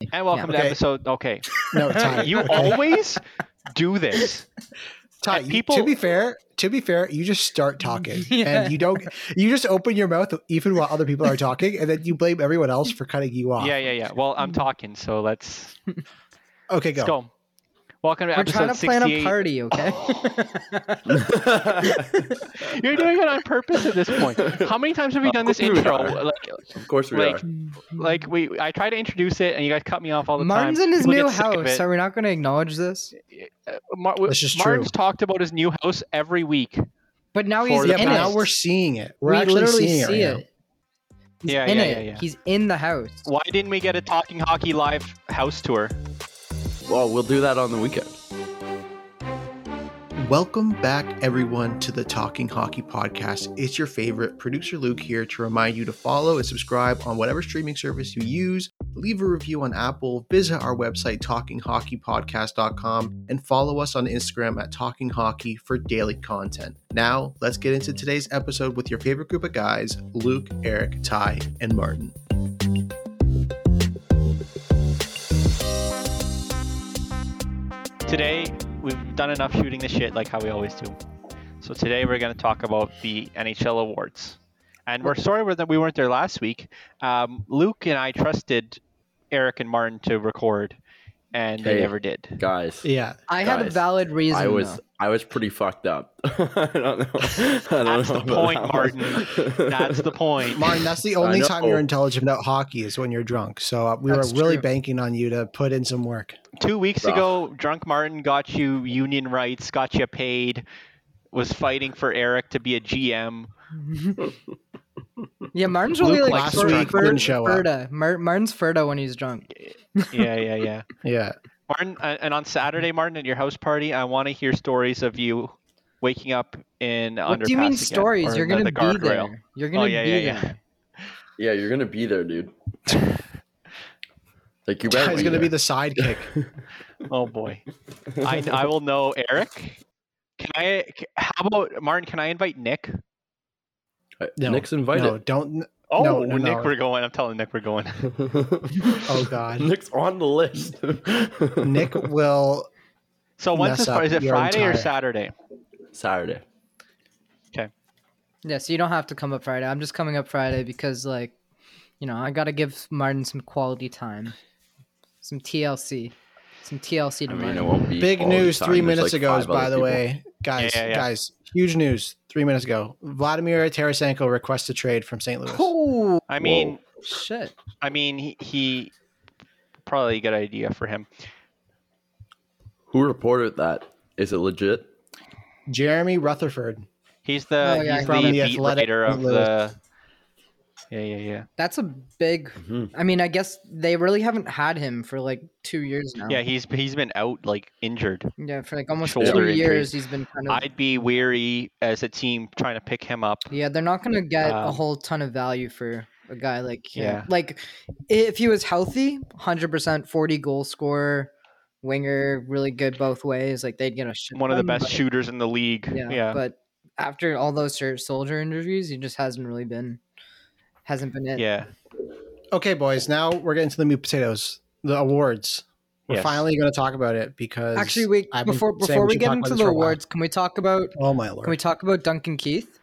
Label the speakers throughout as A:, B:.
A: Andy.
B: And welcome to
A: Okay.
B: episode. Okay,
A: No, Ty.
B: you
A: okay.
B: always do this.
A: Ty,
B: and
A: you-
B: people-
A: to be fair, to be fair, you just start talking
C: Yeah.
A: and you don't you just open your mouth even while other people are talking and then you blame everyone else for cutting you off.
B: Yeah, yeah, yeah. Well, I'm talking, so let's
A: Okay, go.
B: let's go. Welcome to
C: We're
B: episode
C: trying to
B: 68.
C: plan a party, okay?
B: You're doing it on purpose at this point. How many times have we
A: Uh,
D: Of
B: done this
D: course we
B: intro?
D: are.
B: Like,
D: of course we
B: Like-
D: are.
B: like we, I try to introduce it, and you guys cut me off all the
C: Martin's
B: time.
C: in his
B: People
C: new
B: get sick of
C: house.
B: it.
C: Are we not going to acknowledge this?
B: Uh, Mar- w-
A: This is
B: Martin's
A: true.
B: talked about his new house every week.
C: But now he's
B: For
C: in
A: Yeah,
B: the
C: it.
A: but now
B: past.
A: we're seeing it. We're
C: we
A: actually
C: literally
A: seeing
C: see
A: it. Right
C: it. He's
B: Yeah,
C: in
B: yeah,
C: it.
B: yeah, yeah.
C: He's in the house.
B: Why didn't we get a Talking Hockey Live house tour?
D: Well, we'll do that on the weekend.
A: Welcome back, everyone, to the Talking Hockey Podcast. It's your favorite producer Luke here to remind you to follow and subscribe on whatever streaming service you use. Leave a review on Apple, visit our website, talkinghockeypodcast.com, and follow us on Instagram at Talking Hockey for daily content. Now, let's get into today's episode with your favorite group of guys Luke, Eric, Ty, and Martin.
B: Today, we've done enough shooting the shit like how we always do. So today we're going to talk about the NHL awards, and we're sorry we're- that we weren't there last week. Um, Luke and I trusted Eric and Martin to record, and they
D: Hey.
B: never did.
D: Guys,
A: Yeah.
C: I had a
D: Guys,
C: valid reason.
D: I was
C: though.
D: I was pretty fucked up. I don't know. I don't
B: That's
D: know
B: the
D: about
B: point,
D: that
B: Martin.
D: one.
B: That's the point.
A: Martin, that's the
D: I
A: only
D: know.
A: time you're intelligent about hockey is when you're drunk. So uh, we
C: That's
A: were really
C: true.
A: banking on you to put in some work.
B: Two weeks
D: Ugh.
B: ago, drunk Martin got you union rights, got you paid, was fighting for Eric to be a GM.
C: yeah, Martin's really
B: Luke
C: like
B: last
C: sort of
B: week
C: fur-
A: wouldn't show up.
C: Furta. Mar- Martin's Furta when he's drunk.
B: Yeah, yeah, yeah.
A: Yeah.
B: Martin, uh, and on Saturday, Martin, at your house party, I want to hear stories of you waking up in
C: What do you mean stories? You're gonna
B: going to
C: be there. You're gonna
B: yeah,
C: be
B: yeah, yeah.
C: there.
D: Yeah, you're gonna be there, dude. like you better.
A: Ty's gonna be the sidekick.
B: Oh boy, I, I will know Eric. Can I? c- How about Martin? Can I invite Nick?
D: there.
A: No,
D: Nick's
A: no,
D: invited.
A: don't.
B: Oh,
A: No, no,
B: Nick,
A: no.
B: we're going. I'm telling Nick we're going.
A: Oh God,
D: Nick's on the list.
A: Nick will.
B: So once
A: Mess
B: this, far-
A: up
B: is it
A: your
B: Friday or
A: entire-
B: Saturday?
D: Saturday.
C: Yeah, so you don't have to come up Friday. I'm just coming up Friday because like, you know, I gotta give Martin some quality time, some TLC, some TLC to
D: I mean,
C: Martin.
D: it won't be
A: Big
D: all the
A: news
D: time.
A: three
D: There's,
A: minutes
D: like,
A: ago,
D: five
A: is
D: other
A: by the
D: people.
A: way, guys,
B: Yeah, yeah, yeah.
A: guys, huge news three minutes ago. Vladimir Tarasenko requests a trade from St. Louis.
C: oh
B: I mean,
C: shit!
B: I mean, he, he probably a good idea for him.
D: Who reported that? Is it legit?
A: Jeremy Rutherford.
B: He's the
C: Oh, yeah,
B: he's
C: from
B: the,
A: the
B: beat
A: Athletic
B: writer of
A: St. Louis.
B: the. Yeah, yeah, yeah.
C: That's a big.
D: Mm-hmm.
C: I mean, I guess they really haven't had him for like two years now.
B: Yeah, he's he's been out like injured.
C: Yeah, for like almost
B: Shoulder
C: two
B: injury.
C: years, he's been kind of.
B: I'd be weary as a team trying to pick him up.
C: Yeah, they're not gonna get a
B: Um,
C: whole ton of value for a guy like him.
B: Yeah.
C: Like if he was healthy, hundred percent, forty goal scorer, winger, really good both ways. Like they'd get a shit
B: One of the
C: ton,
B: best
C: but-
B: shooters in the league.
C: Yeah,
B: Yeah.
C: but after all those ser- soldier injuries, he just hasn't really been, hasn't been it.
B: yeah.
A: Okay, boys, now we're getting to the meat potatoes, the awards. We're
B: Yes.
A: finally going to talk about it because
C: Actually, wait
A: I've been
C: before
A: saying
C: before we
A: should
C: get
A: talk about
C: into
A: this
C: the
A: for a while.
C: awards, can we talk about
A: Oh my
C: can we
A: lord.
C: talk about Duncan Keith?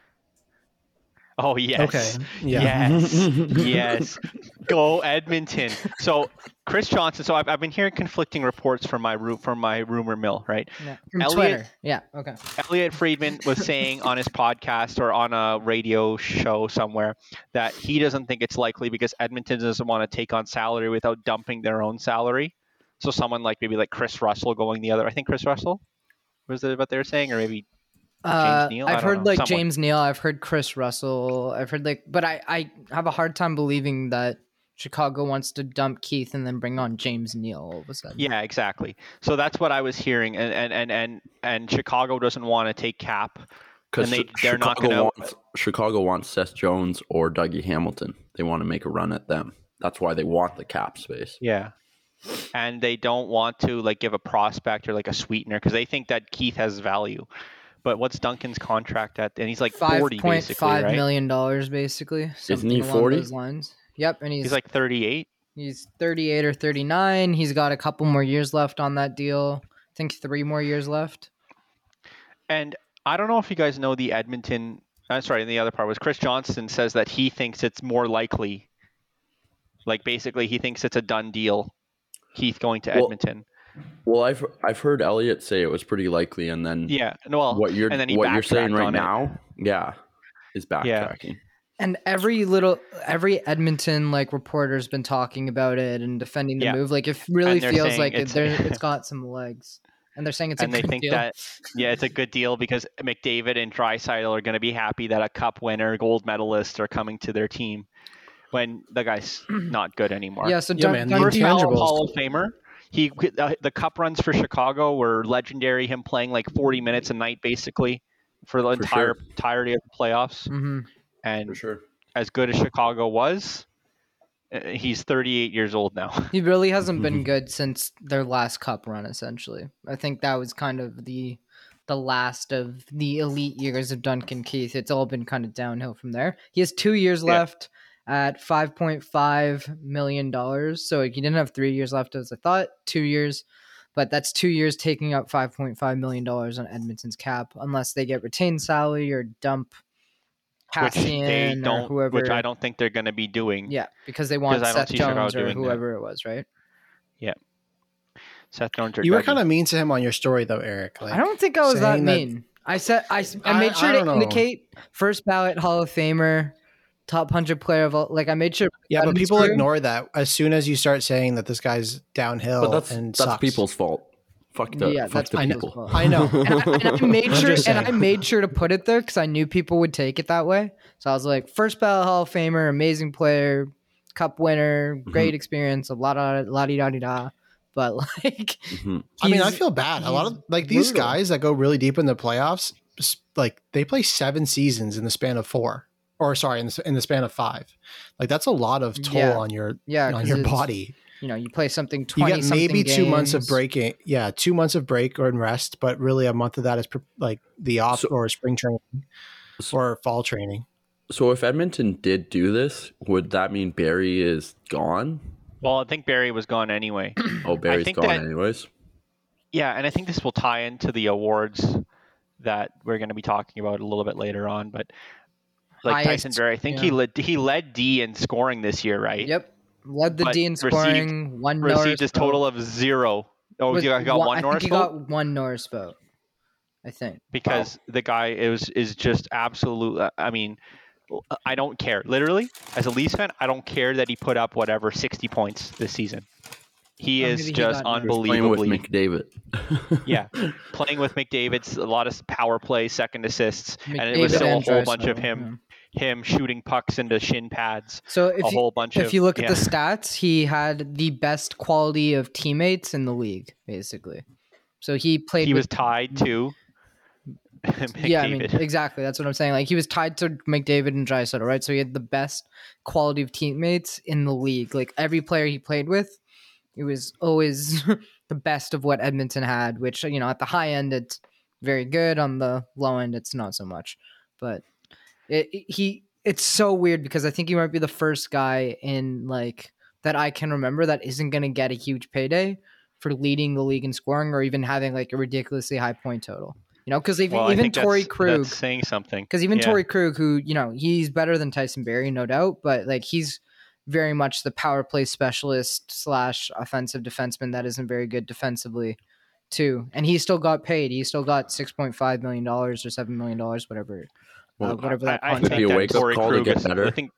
B: Oh yes.
A: Okay. Yeah.
B: Yes. yes. Go Edmonton. So Chris Johnson. So I've, I've been hearing conflicting reports from my room from my rumor mill. Right.
C: Yeah, from
B: Elliot-
C: Twitter. Yeah. Okay.
B: Elliot Friedman was saying on his podcast or on a radio show somewhere that he doesn't think it's likely because Edmonton doesn't want to take on salary without dumping their own salary. So someone like maybe like Chris Russell going the other. I think Chris Russell was it what they were saying, or maybe
C: Uh,
B: Neal? I
C: I've
B: don't
C: heard
B: know.
C: like
B: Someone.
C: James Neal. I've heard Chris Russell. I've heard like, but I I have a hard time believing that Chicago wants to dump Keith and then bring on James Neal all of a sudden.
B: yeah, exactly. So that's what I was hearing, and and and and, and Chicago doesn't want to take cap.
D: Because
B: And they- they're
D: Chicago
B: not gonna-
D: wants Chicago wants Seth Jones or Dougie Hamilton. They want to make a run at them. That's why they want the cap space.
B: Yeah. And they don't want to like give a prospect or like a sweetener because they think that Keith has value. But what's Duncan's contract at? And he's like
C: Five
B: forty
C: point
B: basically,
C: five
B: right?
C: million dollars basically.
D: he
C: something along
D: 40?
C: Those lines. Yep, and he's,
B: He's like thirty-eight.
C: He's 38 or 39. He's got a couple more years left on that deal. I think three more years left.
B: And I don't know if you guys know the Edmonton. I'm sorry, the other part was Chris Johnston says that he thinks it's more likely. Like basically, he thinks it's a done deal. Heath going to
D: Well-
B: Edmonton.
D: Well, I've I've heard Elliot say it was pretty likely, and then
B: yeah. no, Well,
D: what you're
B: and then he
D: what you're saying
B: backtracked
D: right
B: on it.
D: now, yeah, is backtracking.
C: And every little, every Edmonton like reporter's been talking about it and defending the
B: Yeah.
C: move. Like it really
B: And they're
C: feels
B: saying
C: like it,
B: it's-
C: there, it's got some legs. And they're saying it's
B: and
C: a
B: they
C: good
B: think
C: deal.
B: that yeah, it's a good deal because McDavid and Drysaitel are going to be happy that a cup winner, gold medalist, are coming to their team when the guy's not good anymore.
C: yeah. So
E: Yeah,
C: Dun-
E: man, the
C: Dun-
B: first ballot
E: intangibles.
B: Hall of Famer. He uh, the cup runs for Chicago were legendary. Him playing like 40 minutes a night basically for the
D: For
B: entire
D: sure.
B: entirety of the playoffs.
C: Mhm.
B: And
D: sure.
B: as good as Chicago was, uh, he's 38 years old now.
C: He really hasn't
B: Mm-hmm.
C: been good since their last cup run. Essentially, I think that was kind of the the last of the elite years of Duncan Keith. It's all been kind of downhill from there. He has two years
B: Yeah.
C: left at five point five million dollars. So he didn't have three years left as I thought. Two years. But that's two years taking up five point five million dollars on Edmonton's cap, unless they get retained salary or dump
B: which they
C: Cassian or
B: don't,
C: whoever.
B: which I don't think they're going to be doing.
C: Yeah, because they want
B: I don't
C: Seth
B: see Chicago
C: Jones or
B: doing that.
C: whoever it was, right?
B: Seth Jones or
E: You were
B: Dougie.
E: kind of mean to him on your story, though, Eric. Like,
C: I don't think I was that
E: saying that-
C: mean. I said I, s- I
E: I-
C: made sure
E: I
C: to
E: don't know.
C: indicate first ballot Hall of Famer, top hundred player of all. Like I made sure.
E: Yeah,
C: that
E: but
C: is
E: people
C: true.
E: ignore that as soon as you start saying that this guy's downhill
D: But that's
E: Oh, and
D: that's
E: sucks.
D: people's fault. Fuck the
C: Yeah,
D: fuck
C: that's
D: the
C: people's
D: people.
C: fault.
E: I know.
C: And I, and I made
E: I'm
C: sure
E: just
C: and I
E: saying.
C: made sure to put it there because I knew people would take it that way. So I was like, first ballot Hall of Famer, amazing player, cup winner, great experience, a lot of la di da di da. But like,
D: Mhm.
E: I mean, I
C: he's-
E: feel bad. A lot
C: he's
E: of like these
C: brutal.
E: guys that go really deep in the playoffs, s- like they play seven seasons in the span of four, or sorry, in the, s- in the span of five. Like that's a lot of toll
C: Yeah.
E: on your
C: yeah,
E: on
C: 'cause
E: your
C: it's-
E: body.
C: You know, you play something
E: You
C: twenty.
E: get maybe
C: something
E: two months of
C: games.
E: breaking. Yeah, two months of break or in rest, but really a month of that is pr- like the off
D: So-
E: or spring training
D: So-
E: or fall training.
D: So if Edmonton did do this, would that mean Barry is gone?
B: Well, I think Barry was gone anyway.
D: Oh, Barry's
B: think
D: gone
B: that-
D: anyways.
B: Yeah, and I think this will tie into the awards that we're going to be talking about a little bit later on. But like Tyson
C: Highest,
B: Berry, I think he
C: yeah.
B: led he led D in scoring this year, right?
C: Yep. Led the
B: But
C: D in
B: received-
C: scoring. one Norris
B: Received his
C: vote.
B: total of zero. Oh,
C: Was
B: he got, got one
C: I
B: Norris
C: think
B: vote?
C: he got one Norris vote. I think.
B: because the guy is is just absolute. uh, I mean, l- I don't care. Literally, as a Leafs fan, I don't care that he put up whatever sixty points this season. He
C: Or
B: is
C: Oh, maybe he
B: just
C: got
D: He was playing with
B: unbelievably
D: McDavid.
B: yeah, playing with McDavid's a lot of power play, second assists, and it was
C: McDavid
B: still a
C: and
B: whole bunch of
C: Draisaitl,
B: him him shooting pucks into shin pads,
C: yeah. So
B: a
C: if you,
B: whole bunch of
C: if you look
B: yeah.
C: at the stats, he had the best quality of teammates in the league, basically. So he played.
B: he
C: with-
B: was tied to McDavid.
C: Yeah, I mean, exactly. That's what I'm saying. Like he was tied to McDavid and Drysdale, right? So he had the best quality of teammates in the league. Like every player he played with, it was always the best of what Edmonton had. Which you know, at the high end, it's very good. On the low end, it's not so much. But it, it- he, it's so weird because I think he might be the first guy in like that I can remember that isn't going to get a huge payday for leading the league in scoring or even having like a ridiculously high point total. You know, because
B: Well, I
C: even
B: think
C: Tori
B: that's-
C: Krug,
B: that's saying something
C: because even
B: yeah.
C: Tory Krug, who you know he's better than Tyson Berry, no doubt, but like he's very much the power play specialist slash offensive defenseman that isn't very good defensively, too. And he still got paid. He still got six point five million dollars or seven million dollars, whatever.
D: Well,
C: uh, whatever
B: I,
C: that
B: I
C: contract.
D: Could be
B: think
D: a
B: that
D: wake-up
B: Torrey
D: call to
B: Krug
D: get
B: is- I
D: better.
B: think-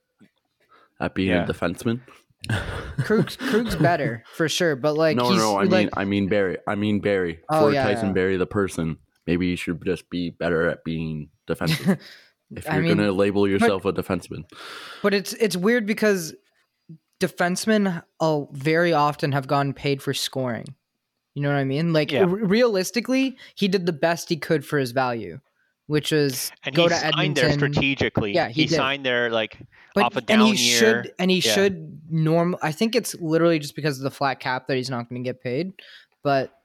D: At being
B: Yeah.
D: a defenseman.
C: Krug, Krug's better for sure, but like
D: no,
C: he's
D: no, I mean,
C: like
D: I mean Barry. I mean Barry.
C: Oh,
D: For
C: yeah,
D: Tyson
C: yeah.
D: Barry, the person, maybe you should just be better at being defensive. if you're
C: I mean,
D: gonna label yourself a defenseman,
C: But it's it's weird because defensemen uh, very often have gotten paid for scoring. You know what I mean? Like
B: Yeah.
C: r- realistically, he did the best he could for his value, which is
B: and
C: go
B: he
C: to
B: signed
C: Edmonton.
B: there strategically.
C: Yeah, he
B: he,
C: did.
B: signed there like
C: but
B: off a
C: and he
B: down year.
C: should and he
B: Yeah.
C: should norm. I think it's literally just because of the flat cap that he's not going to get paid. But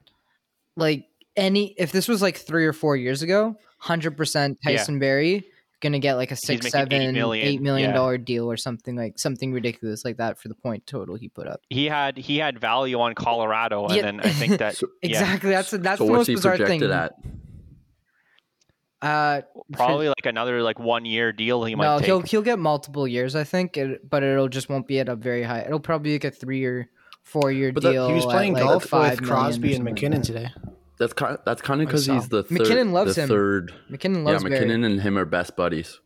C: like any, if this was like three or four years ago, hundred percent
B: Yeah.
C: Tyson Berry gonna get like a six,
B: making eight
C: seven, eight
B: million,
C: million million
B: yeah.
C: dollar deal or something like something ridiculous like that for the point total he put up.
B: He had he had value on Colorado, and
C: Yeah.
B: then I think that
D: So-
B: yeah,
C: Exactly. That's that's
D: so
C: the
D: what's
C: most
D: he
C: bizarre
D: projected
C: thing.
D: at?
C: Uh,
B: probably like another like one year deal he might
C: no,
B: take.
C: he'll he'll get multiple years, I think, it, but it'll just won't be at a very high. It'll probably be like a three or four year
D: But that-
C: deal.
D: Oh,
E: he was
C: at,
E: playing
C: like,
E: golf
C: five
E: with
C: million or
E: Crosby and
C: something
E: McKinnon
C: like that.
E: today.
D: That's kind. That's kind of
E: I
D: because
E: saw.
D: he's the third,
C: McKinnon loves
D: the
C: him.
D: Third,
C: McKinnon
D: yeah,
C: loves Barry.
D: McKinnon and him are best buddies.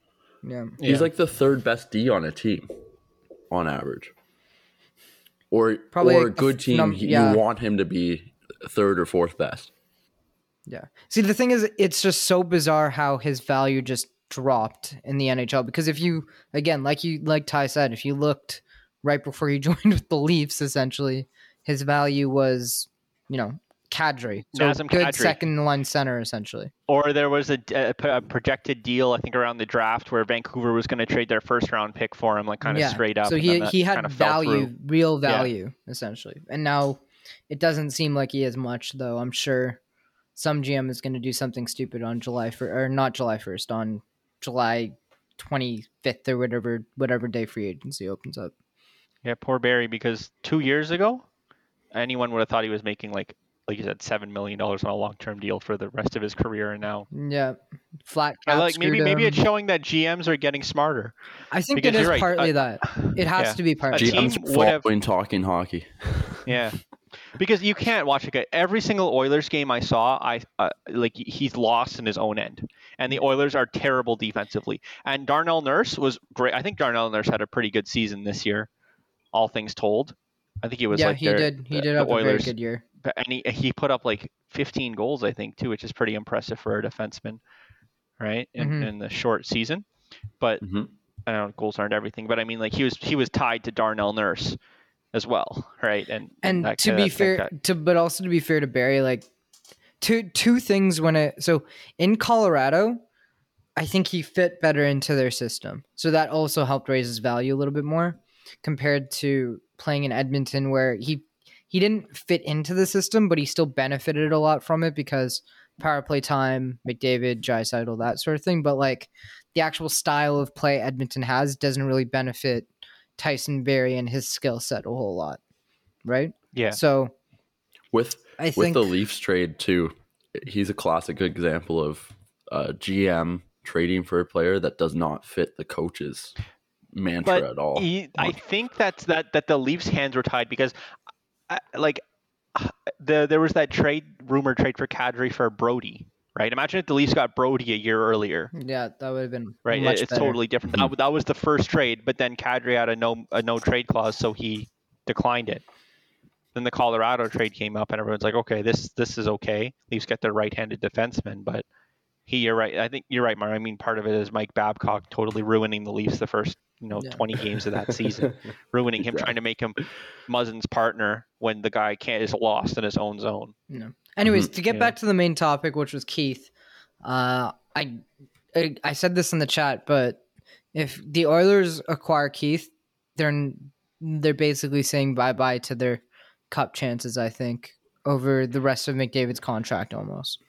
C: Yeah.
D: He's like the third best D on a team, on average. Or
C: Probably
D: or
C: a
D: a good
C: f-
D: team,
C: num-
D: you-
C: yeah.
D: you want him to be third or fourth best.
C: Yeah. See, the thing is, it's just so bizarre how his value just dropped in the NHL. Because if you, again, like you, like Ty said, if you looked right before he joined with the Leafs, essentially, his value was, you know, Kadri, so
B: Nazem
C: good
B: Kadri.
C: second line center, essentially.
B: Or there was a, a p- a projected deal, I think, around the draft where Vancouver was going to trade their first round pick for him, like kind of straight up.
C: So
B: and
C: he
B: then that
C: he had
B: kinda fell
C: value,
B: through.
C: real value, essentially. And now it doesn't seem like he has much, though. I'm sure some GM is going to do something stupid on July for or not July first on July 25th or whatever whatever day free agency opens up.
B: Yeah, poor Barry, because two years ago, anyone would have thought he was making like like you said, seven million dollars on a long term deal for the rest of his career, and now
C: Yeah, flat
B: I
C: cap.
B: like maybe
C: screwed
B: maybe
C: him.
B: it's showing that GMs are getting smarter.
C: I think
B: because
C: it is
B: you're right,
C: partly
B: uh,
C: that. It has
B: yeah.
C: to be partly.
B: team
C: that.
D: GM's
B: would have-
D: following talking hockey.
B: Yeah, because you can't watch a guy. Every single Oilers game I saw, I uh, like he's lost in his own end, and the Oilers are terrible defensively. And Darnell Nurse was great. I think Darnell Nurse had a pretty good season this year, all things told. I think he was
C: yeah,
B: like
C: he
B: their-
C: did. He
B: the-
C: did
B: the
C: have a very
B: Oilers-
C: good year.
B: but- and he, he put up like 15 goals, I think, too, which is pretty impressive for a defenseman, right? In,
C: Mhm.
B: in the short season, but
D: Mhm.
B: I don't know goals aren't everything, but I mean, like he was he was tied to Darnell Nurse as well, right? And
C: and
B: that-
C: to
B: that-
C: be
B: that
C: fair
B: guy-
C: to but also to be fair to Barry like two two things when it so in Colorado I think he fit better into their system so that also helped raise his value a little bit more compared to playing in Edmonton where he he didn't fit into the system but he still benefited a lot from it because power play time McDavid Drysdale that sort of thing but like the actual style of play Edmonton has doesn't really benefit Tyson Berry and his skill set a whole lot right
B: yeah,
C: so
D: With
C: I
D: with
C: think
D: the Leafs trade too, he's a classic example of uh, GM trading for a player that does not fit the coach's mantra
B: But
D: at all.
C: e
B: He- I
D: much.
B: think that's that that the Leafs' hands were tied because, uh, like, the there was that trade rumor trade for Kadri for Brody, right? Imagine if the Leafs got Brody a year earlier.
C: yeah, that would have been
B: right? It-
C: Much
B: it's
C: better.
B: totally different. That, that was the first trade, but then Kadri had a no a no trade clause, so he declined it. Then the Colorado trade came up, and everyone's like, "Okay, this this is okay." Leafs get their right-handed defenseman, but he, you're right. I think you're right, Mar. I mean, part of it is Mike Babcock totally ruining the Leafs the first you know
C: Yeah.
B: 20 games of that season, ruining him, trying to make him Muzzin's partner when the guy can't is lost in his own zone.
C: Anyways, to get
B: Yeah.
C: back to the main topic, which was Keith, uh, I, I I said this in the chat, but if the Oilers acquire Keith, they're they're basically saying bye bye to their cup chances. I think over the rest of McDavid's contract, almost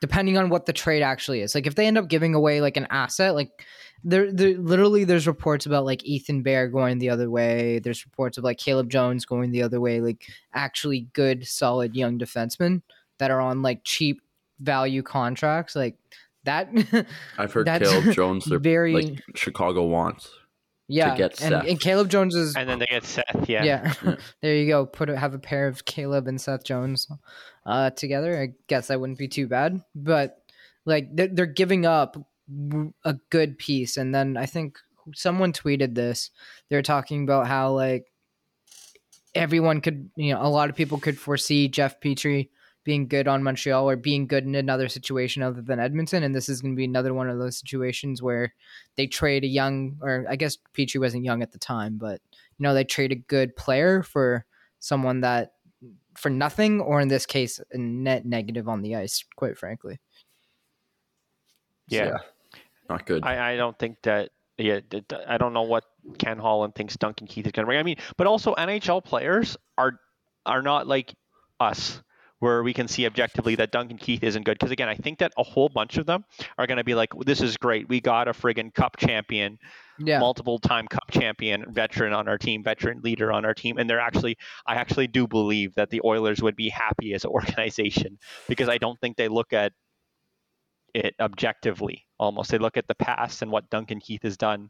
C: depending on what the trade actually is. Like if they end up giving away like an asset, like there, there literally there's reports about like Ethan Bear going the other way. There's reports of like Caleb Jones going the other way. Like actually good, solid young defensemen that are on like cheap value contracts. Like that,
D: I've heard
C: that's
D: Caleb Jones, they're-
C: very
D: like Chicago wants.
C: yeah.
D: get
C: and,
D: Seth.
C: and Caleb Jones is
B: And then they get Seth. Yeah,
C: yeah.
D: Yeah.
C: there you go. Put a, have a pair of Caleb and Seth Jones uh, together. I guess that wouldn't be too bad. But like they're, they're giving up w- a good piece, and then I think someone tweeted this. They're talking about how like everyone could, you know, a lot of people could foresee Jeff Petrie being good on Montreal or being good in another situation other than Edmonton, and this is going to be another one of those situations where they trade a young, or I guess Petrie wasn't young at the time, but you know they trade a good player for someone that for nothing or in this case a net negative on the ice quite frankly
D: So,
B: Yeah.
D: Not good.
B: I, I don't think that. Yeah, d- d- I don't know what Ken Holland thinks Duncan Keith is going to bring. I mean, but also NHL players are are not like us, where we can see objectively that Duncan Keith isn't good. Because again, I think that a whole bunch of them are going to be like, this is great. We got a friggin' cup champion,
C: Yeah.
B: multiple time cup champion, veteran on our team, veteran leader on our team. And they're actually, I actually do believe that the Oilers would be happy as an organization because I don't think they look at it objectively almost. They look at the past and what Duncan Keith has done.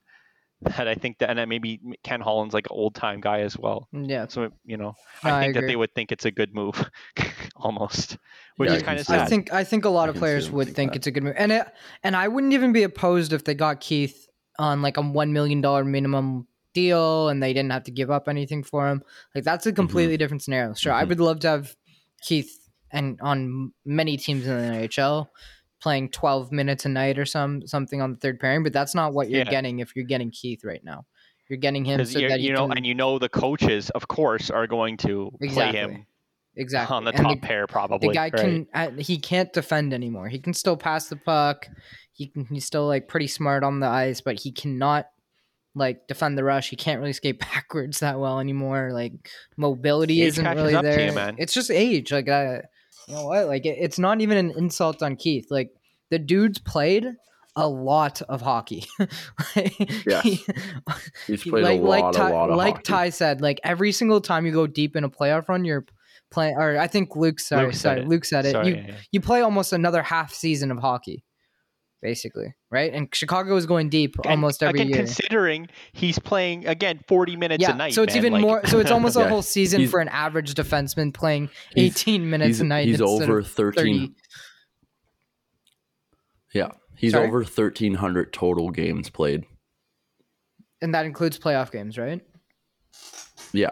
B: That I think that, and then maybe Ken Holland's like an old time guy as well.
C: Yeah.
B: So you know,
C: No,
B: I
C: I
B: think that
C: agree.
B: they would think it's a good move, almost, which
D: Yeah,
B: is
D: I
B: kind
D: can
B: of
D: see
B: sad.
D: that.
C: I think I think a lot
D: I
C: of
D: can
C: players
D: see them
C: would
D: think
C: think
D: that.
C: it's a good move, and it, and I wouldn't even be opposed if they got Keith on like a one million dollar minimum deal, and they didn't have to give up anything for him. Like that's a
D: Mm-hmm.
C: completely different scenario. Sure, I
D: Mhm.
C: would love to have Keith and on many teams in the NHL playing twelve minutes a night or some something on the third pairing, but that's not what you're
B: Yeah.
C: getting if you're getting Keith right now. You're getting him
B: Because
C: so
B: you
C: that he
B: you know,
C: can-
B: and you know, the coaches, of course, are going to
C: exactly,
B: play him
C: exactly
B: on the
C: And
B: top pair, probably.
C: the guy
B: right?
C: can uh, he can't defend anymore. He can still pass the puck. He can he's still like pretty smart on the ice, but he cannot like defend the rush. He can't really skate backwards that well anymore. Like mobility
B: Age
C: isn't
B: catches
C: really
B: up to you,
C: there.
B: man.
C: It's just age. Like uh, you know what? Like it, it's not even an insult on Keith. Like the dude's played a lot of hockey. like,
D: Yes.
C: he-
D: He's
C: he-
D: played
C: like
D: a lot,
C: like
D: a
C: Ty,
D: lot of
C: like
D: hockey.
C: Ty said, like every single time you go deep in a playoff run, you're playing. Or I think Luke, sorry,
B: Luke said
C: sorry,
B: it.
C: Luke said it.
B: Sorry,
C: you
B: yeah, yeah.
C: you play almost another half season of hockey, basically, right? And Chicago is going deep
B: And
C: almost every
B: again,
C: year.
B: considering he's playing again 40 minutes
C: Yeah,
B: a night.
C: so it's
B: man,
C: even
B: like-
C: more. So it's almost a
D: Yeah,
C: whole season
D: he's-
C: for an average defenseman playing
D: He's-
C: 18 minutes
D: He's,
C: a night.
D: he's
C: instead
D: over
C: of
D: 13
C: 30.
D: Yeah, he's
C: Sorry?
D: over thirteen hundred total games played.
C: and that includes playoff games, right?
D: Yeah,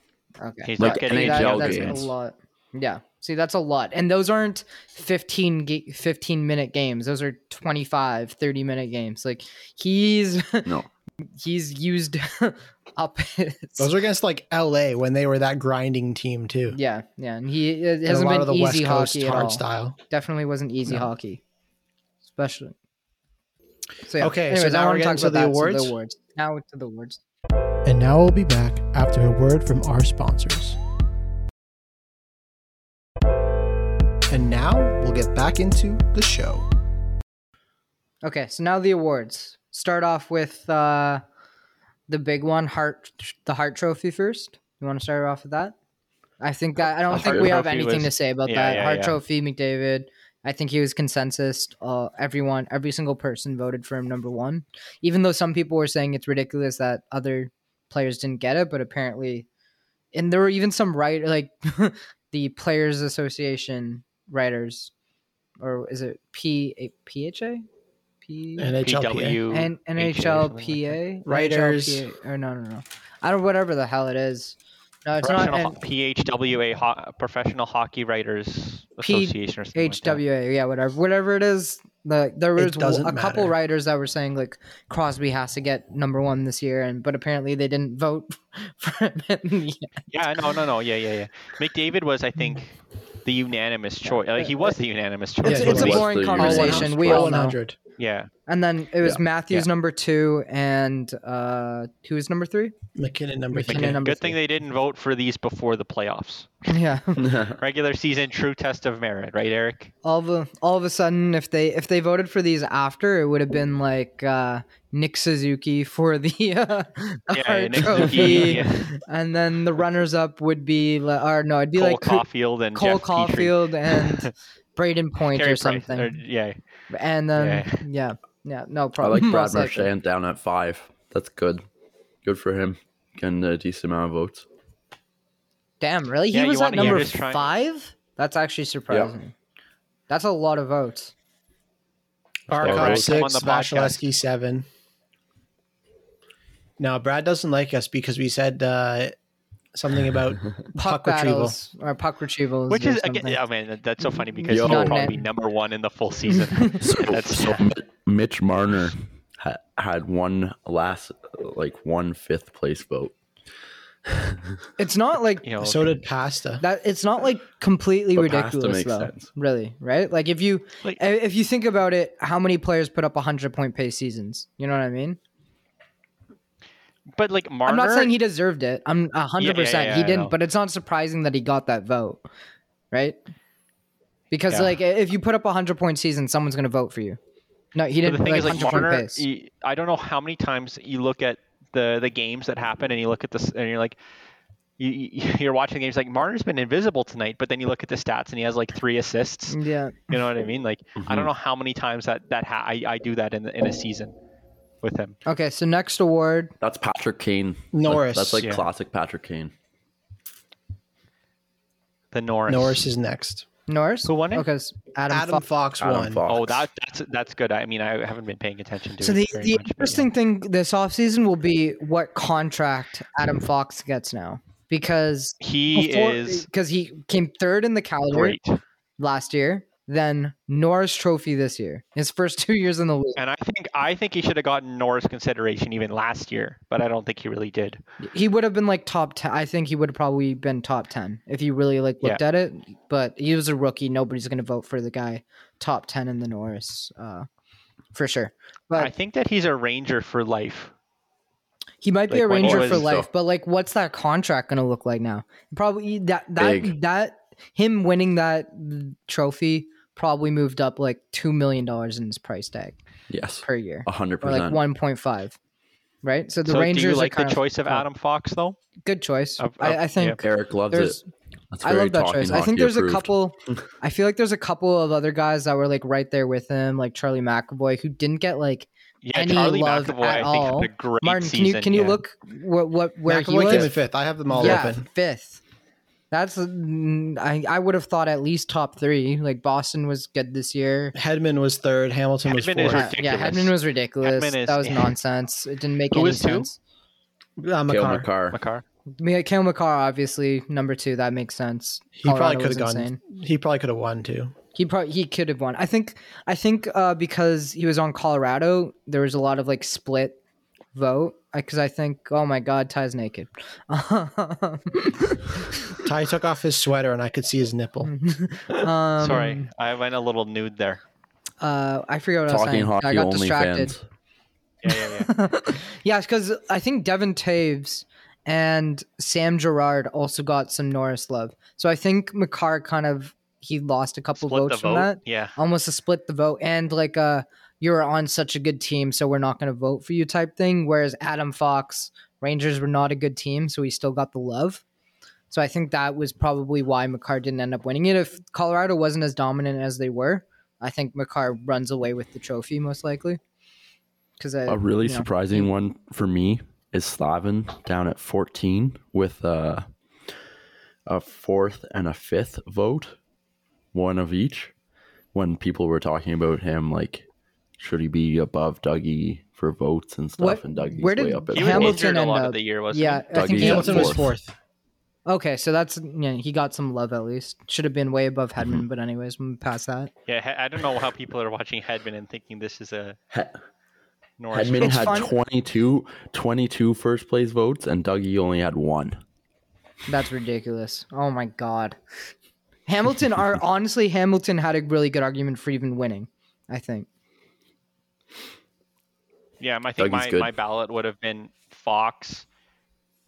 C: Okay,
B: He's
D: Like
B: not getting any
D: NHL Yeah,
B: of that.
C: that's
D: games.
C: a lot. Yeah. See, that's a lot. And those aren't 15, ga- 15 minute games. Those are 25, 30 minute games. Like he's
D: no,
C: he's used up his
E: Those are against like LA when they were that grinding team too.
C: Yeah, yeah, and he it
E: And a
C: hasn't
E: lot
C: been
E: of the
C: easy
E: West Coast
C: hockey at all.
E: hard style.
C: Definitely wasn't easy
D: No.
C: hockey, especially. So yeah.
E: Okay, so
C: Anyways,
E: now
C: I
E: we're
C: want to
E: getting
C: talk
E: to
C: about
E: the
C: that, so
E: awards?
C: awards. Now to the awards.
E: And now we'll be back after a word from our sponsors. And now we'll get back into the show.
C: Okay, so now the awards. Start off with uh, the big one, heart, the heart trophy first. You want to start off with that? I think that I don't
D: The
C: think
D: Hart
C: we have
B: Trophy
C: anything
B: was-
C: to say about
B: yeah,
C: that.
B: yeah,
C: heart
B: yeah.
C: trophy, McDavid. I think he was consensus. Uh, everyone, every single person voted for him number one. Even though some people were saying it's ridiculous that other players didn't get it, but apparently, and there were even some right like the Players Association writers, or is it P PHA? P
E: NHLPA.
B: PW,
C: N- NHLPA
E: Writers.
C: NHLPA or no, no, no. I don't. Whatever the hell it is. No, it's not
B: Professional,
C: N-
B: ho- PHWA, ho- Professional Hockey Writers
C: P-
B: Association, or something like that.
C: HWA. Yeah, whatever. Whatever it is. The, there
E: It
C: was w-
E: doesn't
C: a couple
E: matter.
C: writers that were saying like Crosby has to get number one this year, and but apparently they didn't vote for him. Yeah.
B: Yeah, no, no, no. Yeah, yeah, yeah. McDavid was, I think, the unanimous choice. Like, he was the unanimous choice.
E: It's- it's a
B: wasn't he?
E: boy-
C: boring
D: the
C: conversation. We
E: All
C: all know.
E: 100.
B: yeah.
C: And then it was
D: Yeah.
C: Matthews number two, and uh, who was number three?
E: McKinnon number
C: McKinnon
E: three.
C: number-
B: Good thing
C: three.
B: they didn't vote for these before the playoffs.
C: Yeah.
B: Regular season, true test of merit, right, Eric?
C: all of a, all of a sudden if they if they voted for these after it would have been like uh Nick Suzuki for the uh the
B: Yeah,
C: Hart
B: Nick
C: trophy
B: Suzuki, yeah.
C: and then the runners up would be li- or no it'd be
B: Cole
C: like Coo-
B: Caulfield and
C: Cole
B: Jeff Petrie.
C: Caulfield and Braden Point
B: Carey
C: or
B: Price,
C: something
B: or- yeah,
C: and then yeah. yeah no
D: I
C: problem
D: like Brad
C: most likely.
D: Marchand down at five. That's good. Good for him. Getting a decent amount of votes.
C: damn really he
B: Yeah, you
C: was at
B: wanna- yeah,
C: number
B: just trying-
C: 5 that's actually surprising that's a lot of votes
E: Barkov
B: Alright, come on
E: six,
B: the podcast.
E: Vasilevsky seven. Now Brad doesn't like us because we said uh, something about
C: puck,
E: Puck retrieval.
C: battles or puck retrievals
B: which
C: or
B: is
C: something.
B: again, I mean, that's so funny because
D: Yo.
B: he'll probably
C: Not
B: be
C: net.
B: number one in the full season.
D: So,
B: That's-
D: so Mi- Mitch Marner ha- had one last, like one fifth place vote.
C: it's not like
B: You know,
E: so did pasta.
C: That it's not like completely
D: But pasta
C: ridiculous
D: makes
C: though.
D: sense.
C: Really, right? Like if you
B: Like-
C: if you think about it, how many players put up 100 point pace seasons? You know what I mean?
B: but like Marner,
C: I'm not saying he deserved it. I'm 100%
B: yeah, yeah,
C: he
B: I know.
C: didn't, but it's not surprising that he got that vote. right? Because
B: Yeah.
C: like if you put up a hundred point season, someone's gonna vote for you. No, he
B: But
C: didn't.
B: the thing
C: like,
B: is, like
C: 100 point
B: Marner,
C: pace.
B: he- I don't know how many times you look at the the games that happen, and you look at this, and you're like, you, you- you're watching the games like Marner's been invisible tonight, but then you look at the stats, and he has like three assists.
C: yeah,
B: You know what I mean? Like, I don't know how many times that that ha- I I do that in in a season with him.
C: Okay, so next award.
D: That's Patrick Kane.
E: Norris.
D: That's like
B: Yeah.
D: classic Patrick Kane.
B: The Norris.
E: Norris is next.
C: Norris?
B: Who won it?
C: Okay, s- Adam,
E: Adam,
C: Fox.
E: Fox
D: Adam
E: won.
D: Fox.
B: Oh, that that's that's good. I mean, I haven't been paying attention to
C: So
B: it
C: the,
B: very
C: the
B: much, but yeah.
C: interesting thing this offseason will be what contract Adam Fox gets now. Because
B: He
C: before-
B: is
C: because he came third in the calendar
B: great,
C: last year, then Norris Trophy this year. His first two years in the league.
B: and I think I think he should have gotten Norris consideration even last year, but I don't think he really did.
C: He would have been like top ten. I think he would have probably been top ten if you really like
B: Yeah.
C: looked at it. But he was a rookie. Nobody's gonna vote for the guy top ten in the Norris, uh, for sure. But
B: I think that he's a ranger for life.
C: He might be
B: Like,
C: a
B: when he
C: ranger
B: was-
C: for life,
D: so-
C: but like, what's that contract gonna look like now? Probably e, that that
D: Big.
C: that him winning that trophy probably moved up like two million dollars in his price tag
D: Yes,
C: per year,
D: hundred
C: or like
D: percent.
C: one point five, right? So the
B: so
C: Rangers
B: do you
C: are
B: like the
C: kind
B: choice of
C: fucked up.
B: Adam Fox though?
C: good choice.
B: Of- of-
C: I, I think
B: yeah.
D: Eric loves
C: there's.
D: it. That's
C: I
D: very
C: love that
D: talking
C: choice. I
D: hockey
C: think there's
D: approved.
C: a couple. I feel like there's a couple of other guys that were like right there with him, like Charlie McAvoy, who didn't get like
B: Yeah,
C: Any
B: Charlie
C: love
B: McAvoy.
C: at
B: I think
C: all.
B: had a great
C: Martin. Can
B: season.
C: you can you
B: yeah.
C: look what what where he
E: McAvoy
C: was?
E: came in fifth. I have them all
C: yeah,
E: open.
C: fifth. That's mm, I I would have thought at least top three. Like Boston was good this year.
E: Hedman was third. Hamilton was
B: Hedman is
E: fourth.
C: Yeah, yeah,
B: ridiculous.
C: Hedman was ridiculous.
B: Hedman is-
C: that was nonsense. It didn't make
B: Who
C: any
B: is two?
C: sense.
D: Kale
E: Uh, Makar.
D: McCarr.
B: McCarr?
C: Me, Kale McCarr, obviously number two. That makes sense.
E: He
C: Colorado
E: probably could have
C: was
E: gone.
C: insane.
E: He probably could have won too.
C: He probably he could have won. I think I think uh, because he was on Colorado, there was a lot of like split vote. Because I, think, oh my God, Ty's naked. Um,
E: Ty took off his sweater and I could see his
C: Hmm.
E: nipple.
C: Um,
B: Sorry, I went a little nude there.
C: Uh, I forget what
D: Talking
C: I was saying. I
D: hockey
C: got
D: only
C: distracted.
D: fans.
B: Yeah, yeah, yeah.
C: yeah, because I think Devin Taves and Sam Gerard also got some Norris love. So I think McCarr kind of he lost a couple
B: Split the
C: votes from
B: vote.
C: that,
B: Yeah.
C: almost to split the vote, and like uh, you're on such a good team, so we're not going to vote for you type thing. Whereas Adam Fox, Rangers were not a good team, so he still got the love. So I think that was probably why McCarr didn't end up winning it. If Colorado wasn't as dominant as they were, I think McCarr runs away with the trophy most likely. Because
D: A really surprising one for me is Slavin down at 14 with a, a fourth and a fifth vote, one of each. When people were talking about him, like, should he be above Dougie for votes and stuff?
C: What-
D: and Dougie's
C: where did-
D: way up at
B: He was
C: Hamilton
B: injured a
C: end
B: lot
C: up-
B: of the year, wasn't
C: Yeah,
B: he?
C: I think he
D: Dougie got
E: Hamilton was
D: fourth.
E: fourth.
C: Okay, so that's yeah, he got some love at least. Should have been way above
D: Mm-hmm.
C: Hedman, but anyways, I'm past that.
B: Yeah, He- I don't know how people are watching Hedman and thinking this is a
D: He-
B: Norris.
D: Hedman
C: It's
D: had
C: fun-
D: 22, 22 first place votes, and Dougie only had one.
C: That's ridiculous. Oh my god. Hamilton are honestly Hamilton had a really good argument for even winning, I think.
B: Yeah, um, I think
D: Dougie's
B: my,
D: good.
B: my ballot would have been Fox,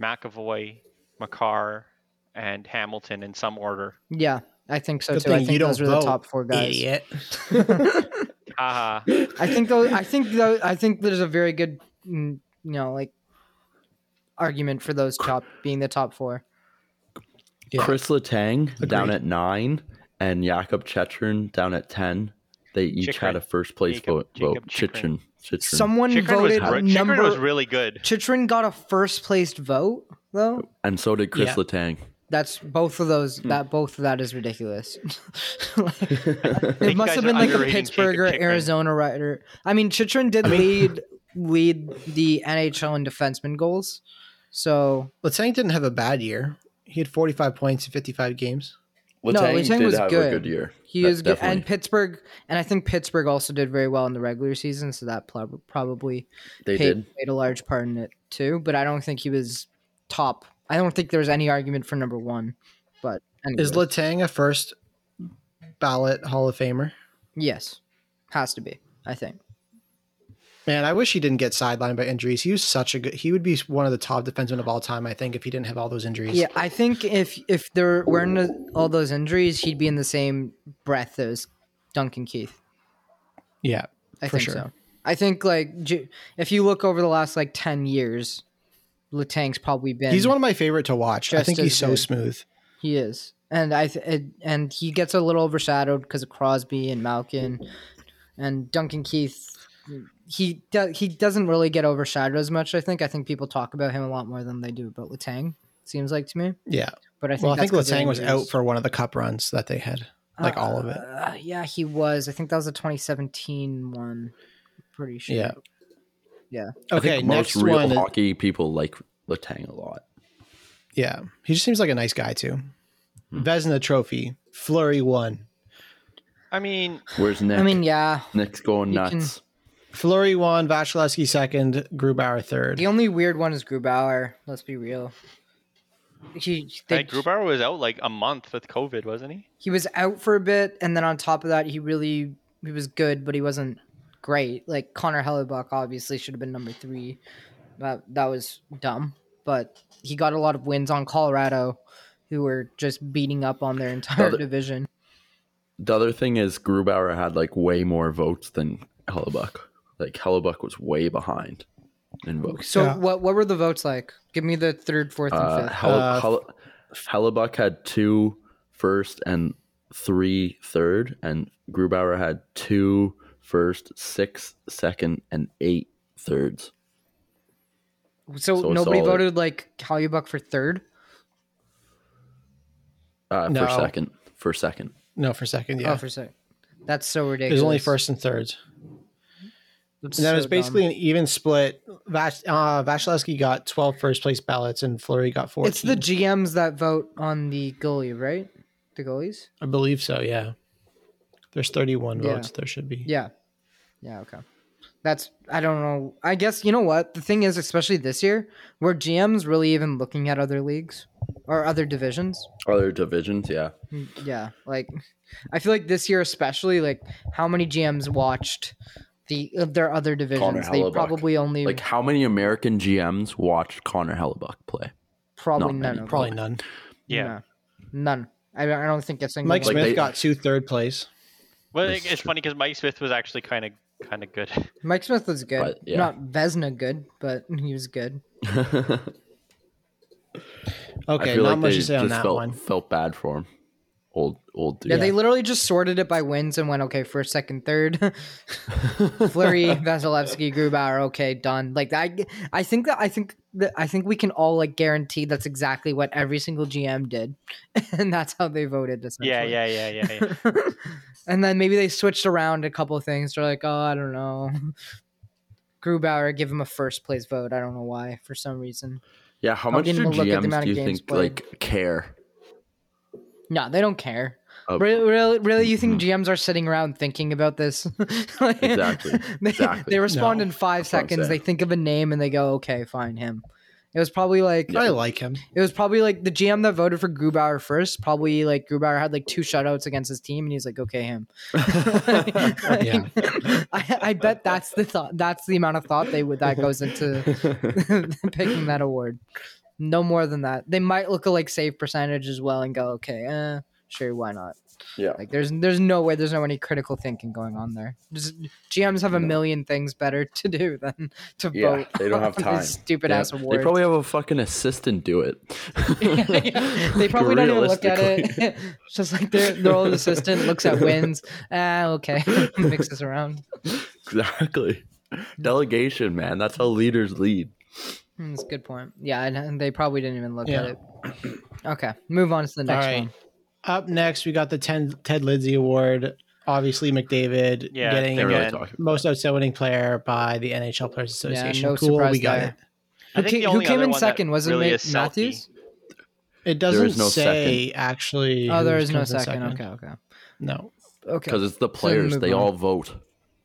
B: McAvoy, McCarr, and Hamilton in some order.
C: Yeah, I think so
E: Good
C: too. I
E: thing
C: think
E: you
C: those
E: don't
C: were the
E: vote,
C: top four guys.
E: Idiot.
B: Haha.
C: I think though I think though I think there's a very good mm, you know, like argument for those top being the top four.
E: Yeah.
D: Chris Letang down
E: Agreed.
D: at nine and Jakob Chechrin down at 10. They each had
B: Chikrin.
D: a first place
B: Jacob-
D: vote.
B: Jacob
D: vote.
B: Chikrin.
D: Chichin. Chichin.
C: Someone
B: Chikrin was,
C: voted
B: re- Chikrin
C: number
B: was really good.
C: Chitrin got a first placed vote though.
D: and so did Chris
E: Yeah.
D: Letang.
C: That's both of those.
E: Hmm.
C: That both of that is ridiculous. Like, it
B: you
C: must
B: guys
C: have
B: are
C: been like a
B: underrating
C: Pittsburgh
B: Jacob
C: or
B: Chikrin.
C: Arizona rider. I mean, Chitrin did lead lead the NHL in defenseman goals. So
E: Letang didn't have a bad year. He had 45 points in 55 games.
C: No, Letang was good.
D: year.
C: he
D: De-
C: is good, and
D: definitely.
C: Pittsburgh, and I think Pittsburgh also did very well in the regular season. So that pl- probably
D: They
C: paid,
D: did.
C: played a large part in it too. But I don't think he was top. I don't think there was any argument for number one. But
E: Is
C: anyways.
E: Letang a first ballot Hall of Famer?
C: Yes, has to be. I think.
E: Man, I wish he didn't get sidelined by injuries. He was such a good. He would be one of the top defensemen of all time, I think, if he didn't have all those injuries.
C: Yeah, I think if if there weren't a- all those injuries, he'd be in the same breath as Duncan Keith.
E: yeah,
C: I
E: For
C: think
E: sure.
C: so. I think like J- if you look over the last like ten years, Latang's probably been
E: he's one of my favorite to watch. I
C: Just
E: think
C: as
E: he's so
C: good.
E: smooth.
C: he is, and I th- and- and he gets a little overshadowed because of Crosby and Malkin, and Duncan Keith. He do- he doesn't really get overshadowed as much. I think I think people talk about him a lot more than they do about Latang. Seems like to me,
E: Yeah.
C: but I think
E: Well, I
C: that's
E: think
C: 'cause of
E: Letang was out
C: injuries.
E: for one of the cup runs that they had. like, all of it.
C: Uh, yeah, he was. I think that was a 2017 one. I'm Pretty sure.
E: Yeah.
C: Yeah.
D: I
E: Okay.
D: think
E: Next
D: most real
E: one.
D: hockey people like Latang a lot.
E: Yeah. He just seems like a nice guy too.
D: Hmm.
E: Vesna Trophy. Flurry won.
B: I mean,
D: Where's Nick?
C: I mean, yeah.
D: Nick's going
C: you can-
D: nuts.
E: Flurry won. Vasilevsky second. Grubauer third.
C: The only weird one is Grubauer. Let's be real. He they,
B: that Grubauer was out like a month with COVID, wasn't he?
C: he was out for a bit, and then on top of that, he really he was good, but he wasn't great. Like Connor Hellebuck obviously should have been number three. That that was dumb, but he got a lot of wins on Colorado, who were just beating up on their entire
D: Other-
C: division.
D: The other thing is Grubauer had like way more votes than Hellebuck. Like Hellebuck was way behind in votes.
C: So
E: Yeah.
C: what what were the votes like? Give me the third, fourth, and
D: Uh,
C: fifth.
D: Helle-
E: Uh,
D: Helle- Hellebuck had two first and three third, and Grubauer had two first, six second, and eight thirds.
C: So,
D: so it's
C: nobody
D: all-
C: voted like Hollybuck for third.
D: Uh,
E: No.
D: For second, for second.
E: No, for second.
C: Oh,
E: Yeah.
C: for sec. That's so
E: it
C: ridiculous.
E: was only first and third.
C: That's
E: And that
C: so
E: was basically
C: dumb.
E: an even split. Vash, uh, Vasilevsky got 12 first place ballots and Flurry got 14.
C: It's the GMs that vote on the goalie, right? The goalies.
E: I believe so, yeah. There's 31
C: Yeah.
E: votes. There should be.
C: Yeah. Yeah. Okay. That's I don't know. I guess you know what the thing is, especially this year, were GMs really even looking at other leagues or other divisions?
D: Other divisions, yeah.
C: Mm, Yeah, like I feel like this year especially, like how many GMs watched the of their other divisions? They
D: Hellebuyck.
C: probably only
D: Like how many American GMs watched Connor Hellebuck play?
C: probably
D: not
C: none.
D: many,
C: Of
E: Probably
C: them.
E: none.
B: Yeah.
C: No. none. I don't, I don't think a single
E: Mike
C: one.
D: Like
E: Smith
D: they-
E: got two third place.
B: Well,
D: That's
B: it's
D: true.
B: funny because Mike Smith was actually kind of kind of good.
C: Mike Smith was good,
D: But, yeah.
C: not Vesna good, but he was good.
E: Okay,
D: I feel
E: not
D: like
E: much
D: they
E: to say on
D: just
E: that
D: felt,
E: one.
D: Felt bad for him. Old old dude.
C: Yeah. they literally just sorted it by wins and went okay first, second, third. Flurry, Vasilevsky, Grubauer, okay, done. Like I, I think that I think that I think we can all like guarantee that's exactly what every single GM did, and that's how they voted.
B: yeah,
C: Essentially.
B: yeah, yeah, yeah, yeah.
C: and then maybe they switched around a couple of things. They're like, oh, I don't know. Grubauer give him a first place vote. I don't know why for some reason.
D: Yeah, how
C: I
D: much do
C: didn't even look at the
D: GMs
C: amount
D: do
C: of
D: you
C: games
D: think
C: played.
D: like care?
C: No, they don't care.
D: Oh.
C: Really, really, really, you think GMs are sitting around thinking about this? Like,
D: Exactly,
C: They,
D: exactly.
C: they respond
E: No,
C: in five
D: that's what I'm
C: seconds. They
D: saying.
C: think of a name and they go, "Okay, fine, him." It was probably like
E: I like him.
C: it was probably like the GM that voted for Grubauer first. Probably like Grubauer had like two shutouts against his team, and he's like, "Okay, him."
E: Yeah.
C: I, I bet that's the thought. That's the amount of thought they would that goes into picking that award. No more than that. They might look at like save percentage as well and go, "Okay, uh, sure, why not?"
D: Yeah.
C: Like there's there's no way there's no any critical thinking going on there. Just, GMs have a
D: No.
C: million things better to do than to
D: Yeah,
C: vote.
D: they don't have
C: on these
D: time.
C: Stupid
D: Yeah,
C: ass
D: They
C: award.
D: probably have a fucking assistant do it.
C: Yeah, they probably don't even look at
D: Realistically.
C: it. It's just like their their old assistant looks at wins. Ah, okay, mixes around.
D: exactly. Delegation, man. That's how leaders lead.
C: Hmm, That's a good point. Yeah, and- and they probably didn't even look
E: Yeah.
C: at it. Okay, move on to the next
E: All right.
C: one.
E: Up next, we got the 10, Ted Lindsay Award. Obviously, McDavid
B: Yeah,
E: getting
D: They were
B: Again.
D: really talking.
E: most outstanding player by the NHL Players
C: Yeah,
E: Association.
C: no
E: cool,
C: surprise
E: we got
C: there.
E: it.
B: I
C: Who,
B: think the
C: ca- who
B: only
C: came
B: other
C: in
B: one that
C: second? Wasn't
B: really
C: it
B: is Selke.
C: Matthews?
E: It doesn't
D: is no
E: say actually.
C: Oh, there
E: who's
C: is no
E: comes in
C: second. Okay, okay,
E: No.
C: okay.
D: Because it's the players.
C: move
D: They
C: on.
D: all vote,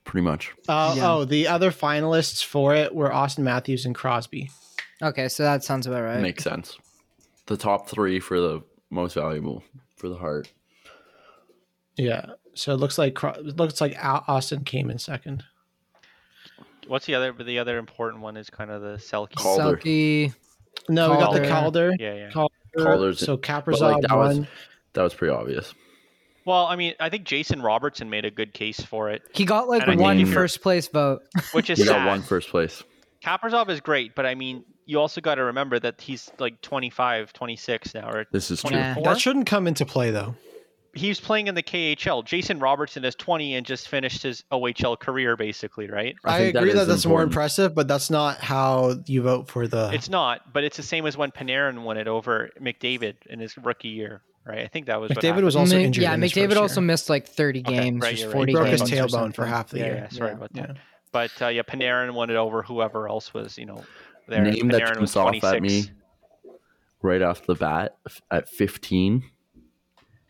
D: pretty much.
E: Uh,
C: Yeah.
E: Oh, the other finalists for it were Austin Matthews and Crosby.
C: Okay, so that sounds about right.
D: Makes sense. The top three for the most valuable for the heart.
E: Yeah. So it looks like Cro- it looks like Al- Austin came in second.
B: What's the other? But the other important one is kind of the Selkie.
D: Call- Calder.
F: Selkie.
E: No, we got the
F: Calder.
E: Calder.
B: Yeah, yeah.
D: Calder's-
E: so
D: but
E: Kaprazov
D: like that was
E: won.
D: that was pretty obvious.
B: Well, I mean, I think Jason Robertson made a good case for it,
C: He got like
B: And
D: I
C: one
D: think-
C: first place vote.
B: which is
D: He
B: sad.
D: got one first place.
B: Kaprizov is great, but I mean, you also got to remember that he's like 25, 26 now, or
D: This is true.
C: Yeah.
B: 24.
E: That shouldn't come into play though.
B: He's playing in the KHL. Jason Robertson is 20 and just finished his OHL career, basically, right?
E: I,
D: think
E: agree that,
D: is
E: that's more
D: important.
E: impressive, but that's not how you vote for the.
B: It's not, but it's the same as when Panarin won it over McDavid in his rookie year, right? I think that was what
E: McDavid
B: happened.
E: was also
C: Ma-
E: injured.
C: yeah,
E: in his
C: McDavid
E: first
C: also
E: year.
C: missed like 30
B: Okay,
C: games,
B: right,
C: just
B: you're right.
C: 40
B: He
E: broke his
C: games or
E: tailbone
C: something.
E: for half the
B: yeah,
E: year.
B: yeah, sorry
C: Yeah.
B: about that. But uh, yeah, Panarin won it over whoever else was, you know, there.
D: Name that
B: Panarin was
D: jumps off
B: 26.
D: at me right off the bat f- at 15.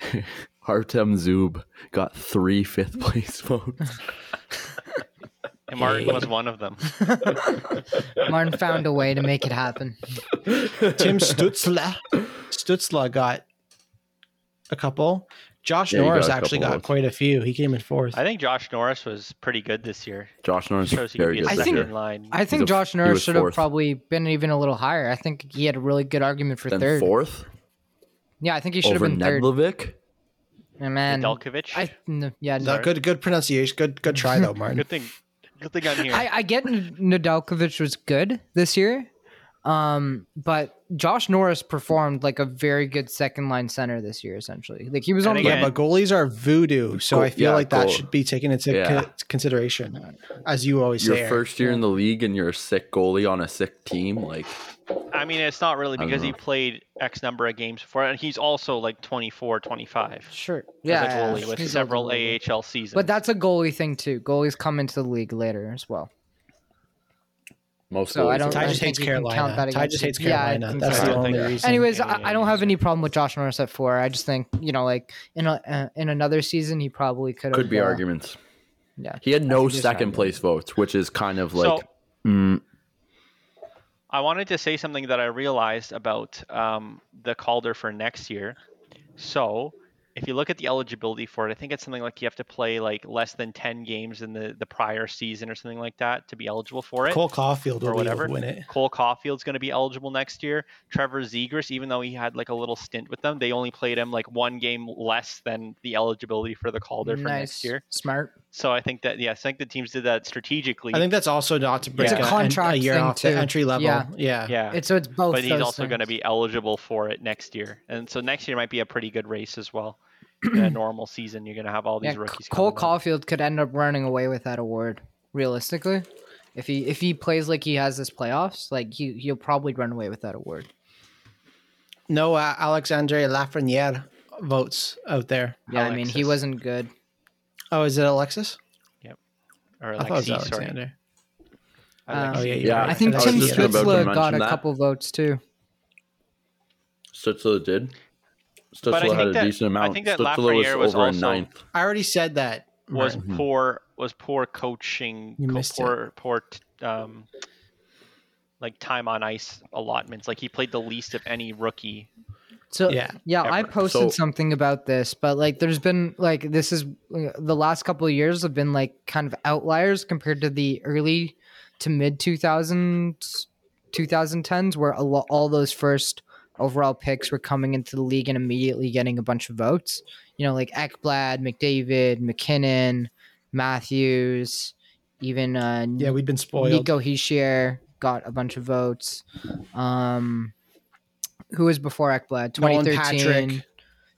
D: Artem Zub got three fifth place votes.
B: And Martin was one of them.
C: Martin found a way to make it happen.
E: Tim Stutzla. Stutzla got a couple. Josh
D: Yeah, he got
E: Norris
D: a
E: actually
D: couple
E: got
D: votes.
E: quite a few. He came in fourth.
B: I think Josh Norris was pretty good this year.
D: Josh Norris
B: Shows
D: is
B: he could
D: very
B: be a
D: good.
C: I
D: this
B: second
C: think-
D: year.
B: in line.
C: I think
D: a-
C: Josh
D: he
C: Norris
D: was
C: should have
D: fourth.
C: probably been even a little higher. I think he had a really good argument for
D: Then
C: third.
D: fourth
C: Yeah, I think he should have
D: over
C: been third.
D: Nedlovic.
C: Yeah, man,
B: Nedeljkovic.
C: I no, yeah,
E: No,
C: no.
B: Sorry.
E: good, good pronunciation. Good, good try though, Martin.
B: Good thing. Good thing I'm here.
C: I, I get N- Nedeljkovic was good this year, um, but Josh Norris performed like a very good second line center this year. Essentially, like he was on
B: And
C: the
B: again-
E: Yeah, but goalies are voodoo, so
D: Goal-
E: I feel
D: yeah,
E: like that
D: goal.
E: should be taken into
D: Yeah.
E: co- consideration, as you always
D: Your
E: say. Eric.
D: first year in the league and you're a sick goalie on a sick team. Like
B: I mean, it's not really
D: I don't
B: because he
D: know.
B: played X number of games before, and he's also like 24, 25
C: sure,
B: as a
C: yeah,
B: goalie
C: yeah,
B: with
C: he's
B: several
C: older than me.
B: AHL seasons.
C: But that's a goalie thing too. Goalies come into the league later as well.
D: most
C: So I
D: goalies
C: don't-
D: are
E: Ty
C: I
E: just
C: think
E: hates
C: you can count
E: Carolina.
C: that
E: Ty
C: against
E: just
C: it.
E: hates
C: Yeah, I
E: Carolina.
C: think
E: That's
B: so.
E: the
B: I don't
E: only
B: think-
E: reason.
C: Anyways, uh,
B: Yeah, yeah,
C: I, I don't
B: yeah.
C: have any problem with Josh Norris at four. I just think you know, like in a, uh, in another season, he probably could
D: could be
C: uh,
D: arguments.
C: yeah.
D: He had no
C: think there's
D: second place votes, which is kind of like
B: So-
D: mm,
B: I wanted to say something that I realized about um, the Calder for next year. So, if you look at the eligibility for it, I think it's something like you have to play like less than 10 games in the, the prior season or something like that to be eligible for it.
E: Cole Caulfield
B: Or
E: will be able
B: whatever.
E: to win it.
B: Cole Caulfield's going to be eligible next year. Trevor Zegers, even though he had like a little stint with them, they only played him like one game less than the eligibility for the Calder for next year.
C: Smart.
B: So I think that yes, I think the teams did that strategically.
E: I think that's also not to break
B: It's a
E: a, an-
C: contract
E: a year
C: thing,
E: off
C: too.
E: the entry level.
C: Yeah.
E: Yeah.
B: yeah,
C: It's so it's both.
B: but he's
C: those
B: also going to
C: things.
B: be eligible for it next year, and so next year might be a pretty good race as well. In a normal season, you're going to have all these
C: Yeah,
B: rookies.
C: Cole
B: coming up.
C: Caulfield could end up running away with that award realistically. If he if he plays like he has this playoffs, like he he'll probably run away with that award.
E: No uh, Alexandre Lafreniere votes out there.
C: Yeah, I mean he
B: Alexis.
C: wasn't good.
E: Oh, is it Alexis?
B: Or
E: I thought it was
B: Alexis, sorry.
E: Alexander.
C: Um,
E: Oh, yeah, you're
D: Yeah,
E: right.
C: I think
D: was
E: thought it
C: Tim
E: was
D: just about to
E: Alexis.
C: Stutzla got
D: mention
C: a
D: that.
C: couple votes too.
D: Stutzla did.
B: I
D: Stutzla
B: think
D: had a
B: that-
D: decent amount.
B: I think that
D: Stutzla was
B: Lafreniere was
D: over in
B: also-
D: ninth.
E: I already said that.
B: was
E: Martin.
D: Right. Mhm.
B: poor was poor coaching
E: You
B: co-
E: missed it.
B: poor poor t- um like time on ice allotments like he played the least of any rookie
C: So
E: Yeah.
C: Yeah, I
B: ever.
C: posted
D: So-
C: something about this, but like there's been like this is uh, the last couple of years have been like kind of outliers compared to the early to mid 2000s 2010s where a lo- all those first overall picks were coming into the league and immediately getting a bunch of votes. You know, like Ekblad, McDavid, McKinnon, Matthews, even uh
E: Yeah, we've been spoiled.
C: Nico Hischier got a bunch of votes. Um, who was before Ekblad?
E: Nolan
C: 2013.
E: Patrick.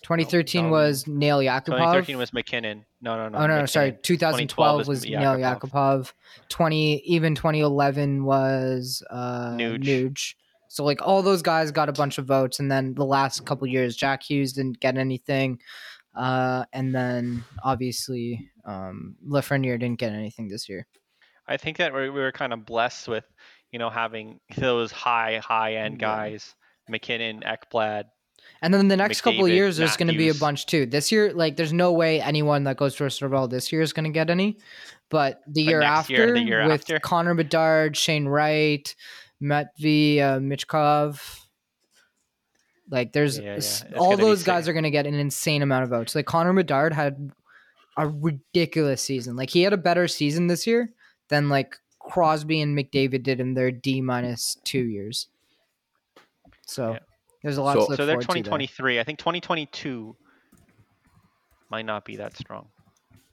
C: 2013
B: No,
C: was Nail Yakupov.
B: 2013 was mckinnon no no no
C: Oh no, no,
B: McKinnon.
C: sorry. 2012
B: is
C: was
B: Yakupov.
C: Nail Yakupov. 20 even 2011 was uh,
B: Nuge.
C: Nuge. So like all those guys got a bunch of votes, and then the last couple years, Jack Hughes didn't get anything, uh, and then obviously um, Lafreniere didn't get anything this year.
B: i think that we we were kind of blessed with you know having those high high end
C: Yeah.
B: guys mckinnon ekblad
C: And then the next couple of
B: McDavid,
C: years, there's going to be a
B: Matthews.
C: bunch too. This year, like, there's no way anyone that goes first overall this year is going to get any. But the
B: But
C: year
B: next
C: after,
B: year, the year
C: with
B: after.
C: Connor Bedard, Shane Wright, Matvey, uh, Michkov, like, there's
B: Yeah, yeah.
C: s-
B: It's
C: all
B: gonna be
C: those guys
B: sick.
C: are going to get an insane amount of votes. Like, Connor Bedard had a ridiculous season. Like, he had a better season this year than like Crosby and McDavid did in their D minus two years. So
B: Yeah.
C: there's a lot
D: So-
C: to look
B: so they're
C: forward to there.
B: 2023. I think 2022 might not be that strong.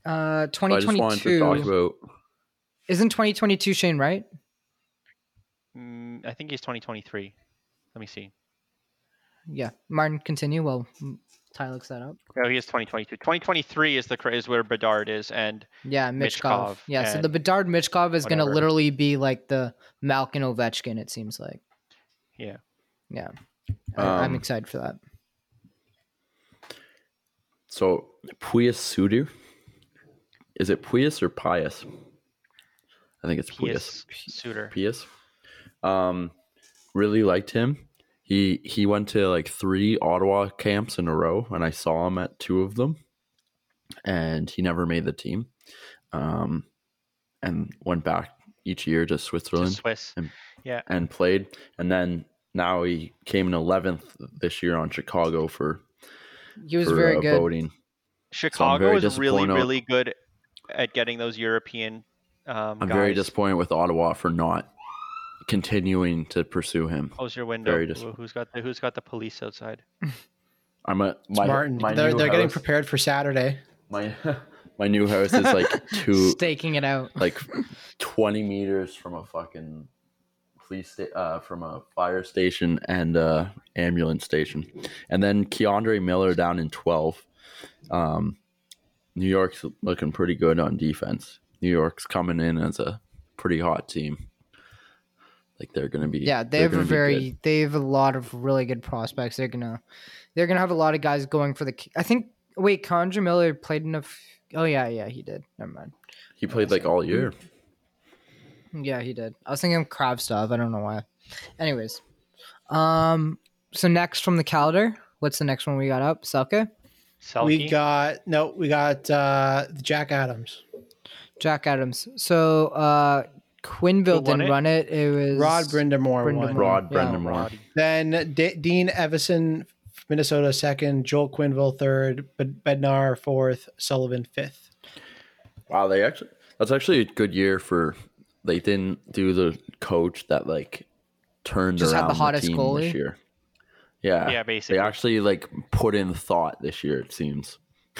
C: Uh,
D: I just wanted to
C: 2022
D: talk about
C: isn't 2022 Shane right?
B: Mm, I think he's 2023. Let me see.
C: Yeah, Martin, continue. Well, Ty looks that up.
B: No, Oh, he is 2022. 2023 is the cra- is where Bedard is, and
C: Yeah, Mitchkov.
B: Mitchkov
C: yeah, so
B: and
C: the Bedard Mitchkov is going to
B: whatever.
C: literally be like the Malkin Ovechkin. It seems like.
B: Yeah.
C: Yeah. I, I'm
D: Um,
C: excited for that.
D: so Puyas Sudu. Is it Puyas or Pius? I think it's
B: he
D: Puyas.
B: is Suter.
D: Pius. Um, really liked him. He he went to like three Ottawa camps in a row, and I saw him at two of them, and he never made the team. Um, and went back each year to
B: to
D: Switzerland
B: Swiss.
D: and played, and then now he came in eleventh this year on Chicago for
C: He was
D: for,
C: very
D: uh,
C: good.
D: voting.
B: Chicago
D: very
B: is really,
D: disappointed-
B: really good at getting those European um,
D: I'm
B: guys.
D: very disappointed with Ottawa for not continuing to pursue him.
B: Close your window.
D: very
B: Who-
D: disappointed.
B: Who's got the Who's got the police outside?
D: I'm a
E: It's
D: my,
E: Martin.
D: my
E: they're
D: new
E: they're getting
D: house-
E: prepared for Saturday.
D: my my new house is like two
C: Staking it out.
D: like 20 meters from a fucking police sta- uh, from a fire station and uh ambulance station and then keandre miller down in 12 um new york's looking pretty good on defense new york's coming in as a pretty hot team like they're gonna be
C: Yeah, they
D: they're
C: have a
D: gonna be good.
C: very they have a lot of really good prospects. They're gonna they're gonna have a lot of guys going for the. I think wait, Conjure Miller played enough. Oh yeah, yeah, he did. Never mind.
D: he played like all year
C: Yeah, he did. I was thinking Kravstov. I don't know why. Anyways, um, so next from the calendar, what's the next one we got up? Selke,
B: Selke?
E: We got no, we got uh Jack Adams.
C: Jack Adams. So uh,
B: Who
C: Quinville
B: won
C: didn't
B: it?
C: run it. It was
E: Rod Brindamore
C: Brindamore.
E: won.
D: rod
C: Yeah.
D: brendan moore
B: Roddy.
E: Then D- Dean Evison, Minnesota second, Joel Quinville third, Bed- Bednar fourth, Sullivan fifth.
D: Wow, they actually that's actually a good year for they didn't do the coach that like turned
C: Just had the
D: around
C: hottest
D: team
C: goalie?
D: this year. Yeah.
B: Yeah,
D: They
B: basically.
D: actually like put in thought this year, it seems.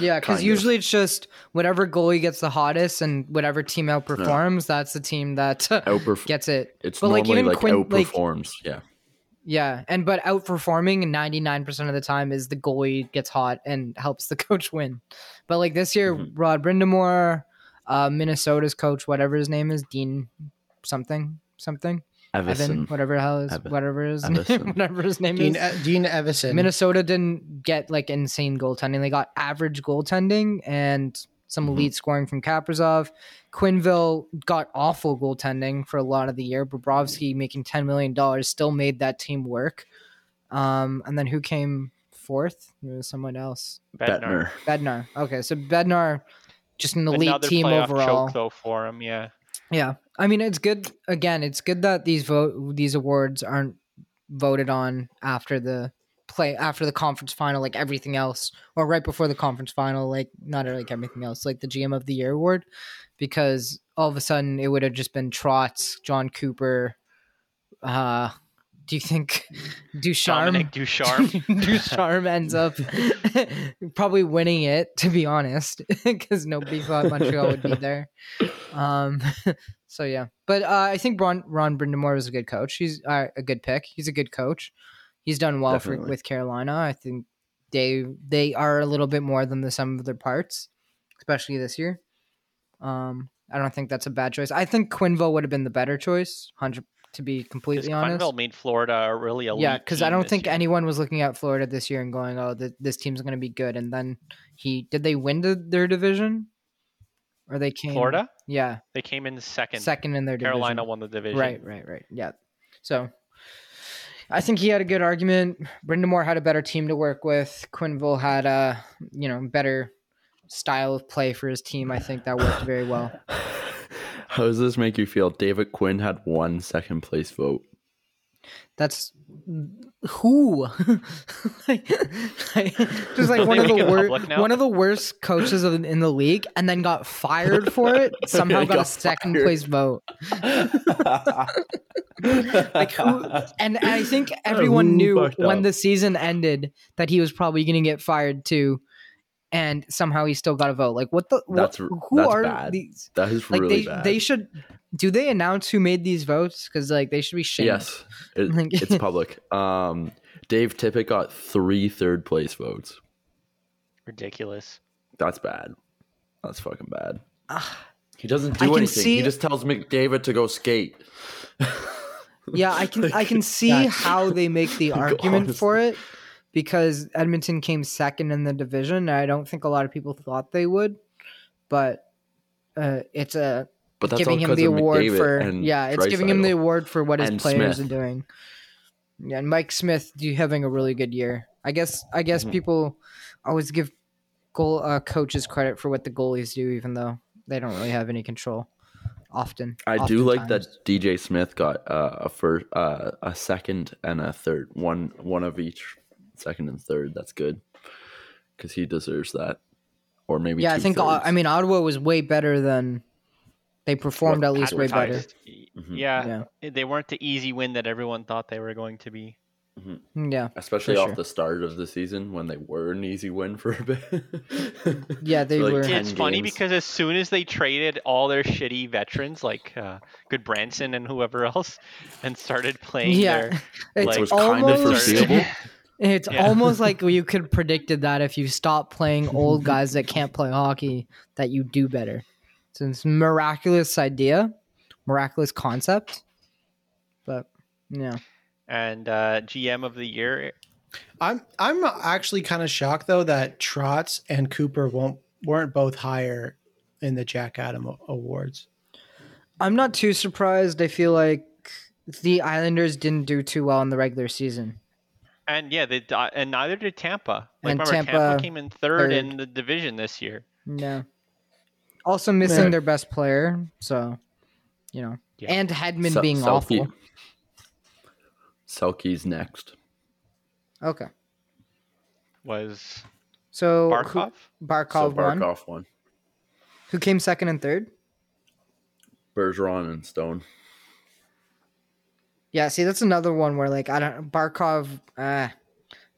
C: Yeah, because
D: kind of.
C: usually it's just whatever goalie gets the hottest and whatever team outperforms, that's the team that
D: Outperf-
C: gets it.
D: It's
C: but like
D: normally
C: even
D: like,
C: Quinn, like
D: outperforms. yeah.
C: yeah, and but outperforming ninety nine percent of the time is the goalie gets hot and helps the coach win. But like this year,
D: Mhm.
C: Rod Brindamore, uh, Minnesota's coach, whatever his name is, Dean something something Evan,
D: Evison.
C: whatever the hell is
D: Evan-
C: whatever his
D: Evison.
C: whatever his name
E: Dean
C: is.
E: E- Dean Evison.
C: Minnesota didn't get like insane goaltending. They got average goaltending and some
B: Mm-hmm.
D: Mhm.
C: elite scoring from Kaprizov. Quinville got awful goaltending for a lot of the year. Bobrovsky making ten million dollars still made that team work. Um, and then who came fourth? It was someone else.
D: Bettner.
C: Bednar. Okay, so Bednar, just an elite
B: Another
C: team
B: playoff
C: overall.
B: choke though for him. Yeah,
C: Yeah, I mean it's good. Again, it's good that these vote these awards aren't voted on after the play after the conference final, like everything else, or right before the conference final, like not like everything else, like the GM of the Year award, because all of a sudden it would have just been Trotz, John Cooper. Uh, do you think Ducharme?
B: Dominic Ducharme.
C: Ducharme ends up probably winning it, to be honest, because nobody thought Montreal would be there. Um, so yeah, but uh, I think Ron Ron Brindamore was a good coach. He's uh, a good pick. He's a good coach. He's done well for,
D: Definitely.
C: with Carolina. I think they they are a little bit more than the sum of their parts, especially this year. Um, I don't think that's a bad choice. I think Quinville would have been the better choice. Hundred to be completely honest.
B: Quenville made Florida a really elite.
C: Yeah, because I
B: team
C: don't
B: this
C: think
B: year.
C: anyone was looking at Florida this year and going, "Oh, th- this team's going to be good." And then he did they win the, their division, or they came
B: Florida.
C: Yeah,
B: They came in second.
C: second, in their division.
B: Carolina won the division.
C: Right, right, right. Yeah. So I think he had a good argument. Brendan Moore had a better team to work with. Quinville had a you know better style of play for his team. I think that worked very well.
D: How does this make you feel? David Quinn had one second place vote.
C: That's who, like, like, just like one of
B: They make
C: the
B: it
C: worst,
B: public now?
C: one of the worst coaches of, in the league, and then got fired for it. Somehow
D: Yeah,
C: got, a
D: got
C: second
D: fired.
C: place vote.
D: like
C: who- And I think everyone
D: who
C: knew
D: fucked
C: when
D: up?
C: the season ended that he was probably going to get fired too, and somehow he still got a vote. Like what the? what-
D: That's r-
C: who
D: that's
C: are
D: bad.
C: these?
D: That is
C: Like
D: really
C: they
D: bad.
C: they should. Do they announce who made these votes? Because like they should be shamed.
D: yes, it-
C: Like-
D: it's public. Um, Dave Tippett got three third place votes.
B: Ridiculous.
D: That's bad. That's fucking bad.
C: Ah.
D: He doesn't
C: I
D: do
C: can
D: anything.
C: see-
D: He just tells McDavid to go skate.
C: Yeah, I can I can see
D: That's-
C: how they make the
D: Like,
C: argument for it because Edmonton came second in the division. And I don't think a lot of people thought they would, but uh, it's a
D: But that's
C: giving
D: all
C: him
D: 'cause
C: the
D: of
C: award
D: McDavid
C: for
D: and
C: yeah, it's giving him the
D: Dreisaitl.
C: award for what his
D: And
C: players
D: Smith.
C: are doing. Yeah, and Mike Smith, you having a really good year. I guess I guess
D: Mhm.
C: people always give goal uh, coaches credit for what the goalies do, even though they don't really have any control. Often,
D: I do like
C: oftentimes.
D: that DJ Smith got uh, a first, uh, a second, and a third. One, one of each, second and third. That's good because he deserves that. Or maybe
C: Yeah, I think uh,
D: two-thirds.
C: I mean Ottawa was way better than they performed at least way better.
B: Advertised.
D: Mhm.
B: Yeah, they weren't the easy win that everyone thought they were going to be.
C: Yeah, yeah,
D: especially
C: For
D: off
C: sure.
D: the start of the season when they were an easy win for a bit.
C: Yeah, they
D: For
C: were.
B: Yeah,
D: 10
B: it's funny
D: games.
B: because as soon as they traded all their shitty veterans like uh, Good Branson and whoever else, and started playing
C: Yeah.
B: their
C: it's
B: Like,
D: was kind of
C: almost
D: foreseeable.
C: it's
B: Yeah.
C: almost like you could predicted that if you stop playing old guys that can't play hockey, that you do better. So it's a miraculous idea, miraculous concept, but yeah,
B: and uh, GM of the year.
E: I'm I'm actually kind of shocked though that Trotz and Cooper won't weren't both higher in the Jack Adam awards.
C: I'm not too surprised. I feel like the Islanders didn't do too well in the regular season.
B: And yeah, they di- and neither did Tampa. Like
C: And
B: remember, Tampa,
C: Tampa
B: came in third,
C: third.
B: in the division this year.
C: No. Also missing
E: Yeah.
C: their best player, so you know,
B: Yeah.
C: and Hedman
D: Sel-
C: being
D: Selke-
C: awful.
D: Selke's next.
C: Okay,
B: Was
C: so Oh, who-
B: Barkov?
C: Barkov,
D: So
C: won.
D: Barkov one.
C: Who came second and third?
D: Bergeron and Stone.
C: Yeah, see, that's another one where like I don't Barkov. Uh,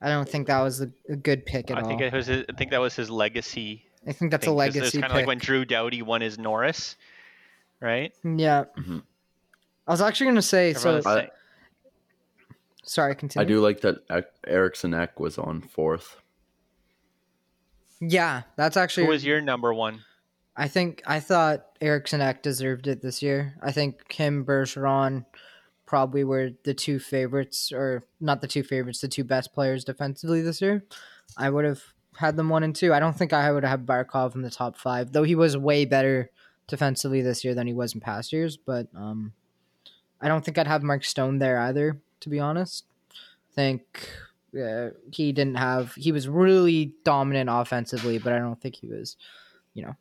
C: I don't think that was a, a good pick at
B: I
C: all.
B: think it was. His, I think that was his legacy.
C: I think that's a
B: thing, 'cause It's
C: legacy
B: kind
C: pick.
B: of like when Drew Doughty won his Norris, right?
C: yeah,
B: Mm-hmm.
D: Mhm.
C: I was actually gonna say.
B: Everyone's
C: so
D: I-
B: saying-
C: sorry, continue.
D: I do like that Ek- Erickson Ek was on fourth.
C: Yeah, that's actually.
B: who was your number one?
C: I think I thought Erickson Ek deserved it this year. I think him Bergeron probably were the two favorites, or not the two favorites, the two best players defensively this year. I would have had them one and two. I don't think I would have Barkov in the top five, though he was way better defensively this year than he was in past years. But um, I don't think I'd have Mark Stone there either, to be honest. I think uh, he didn't have, he was really dominant offensively, but I don't think he was, you know,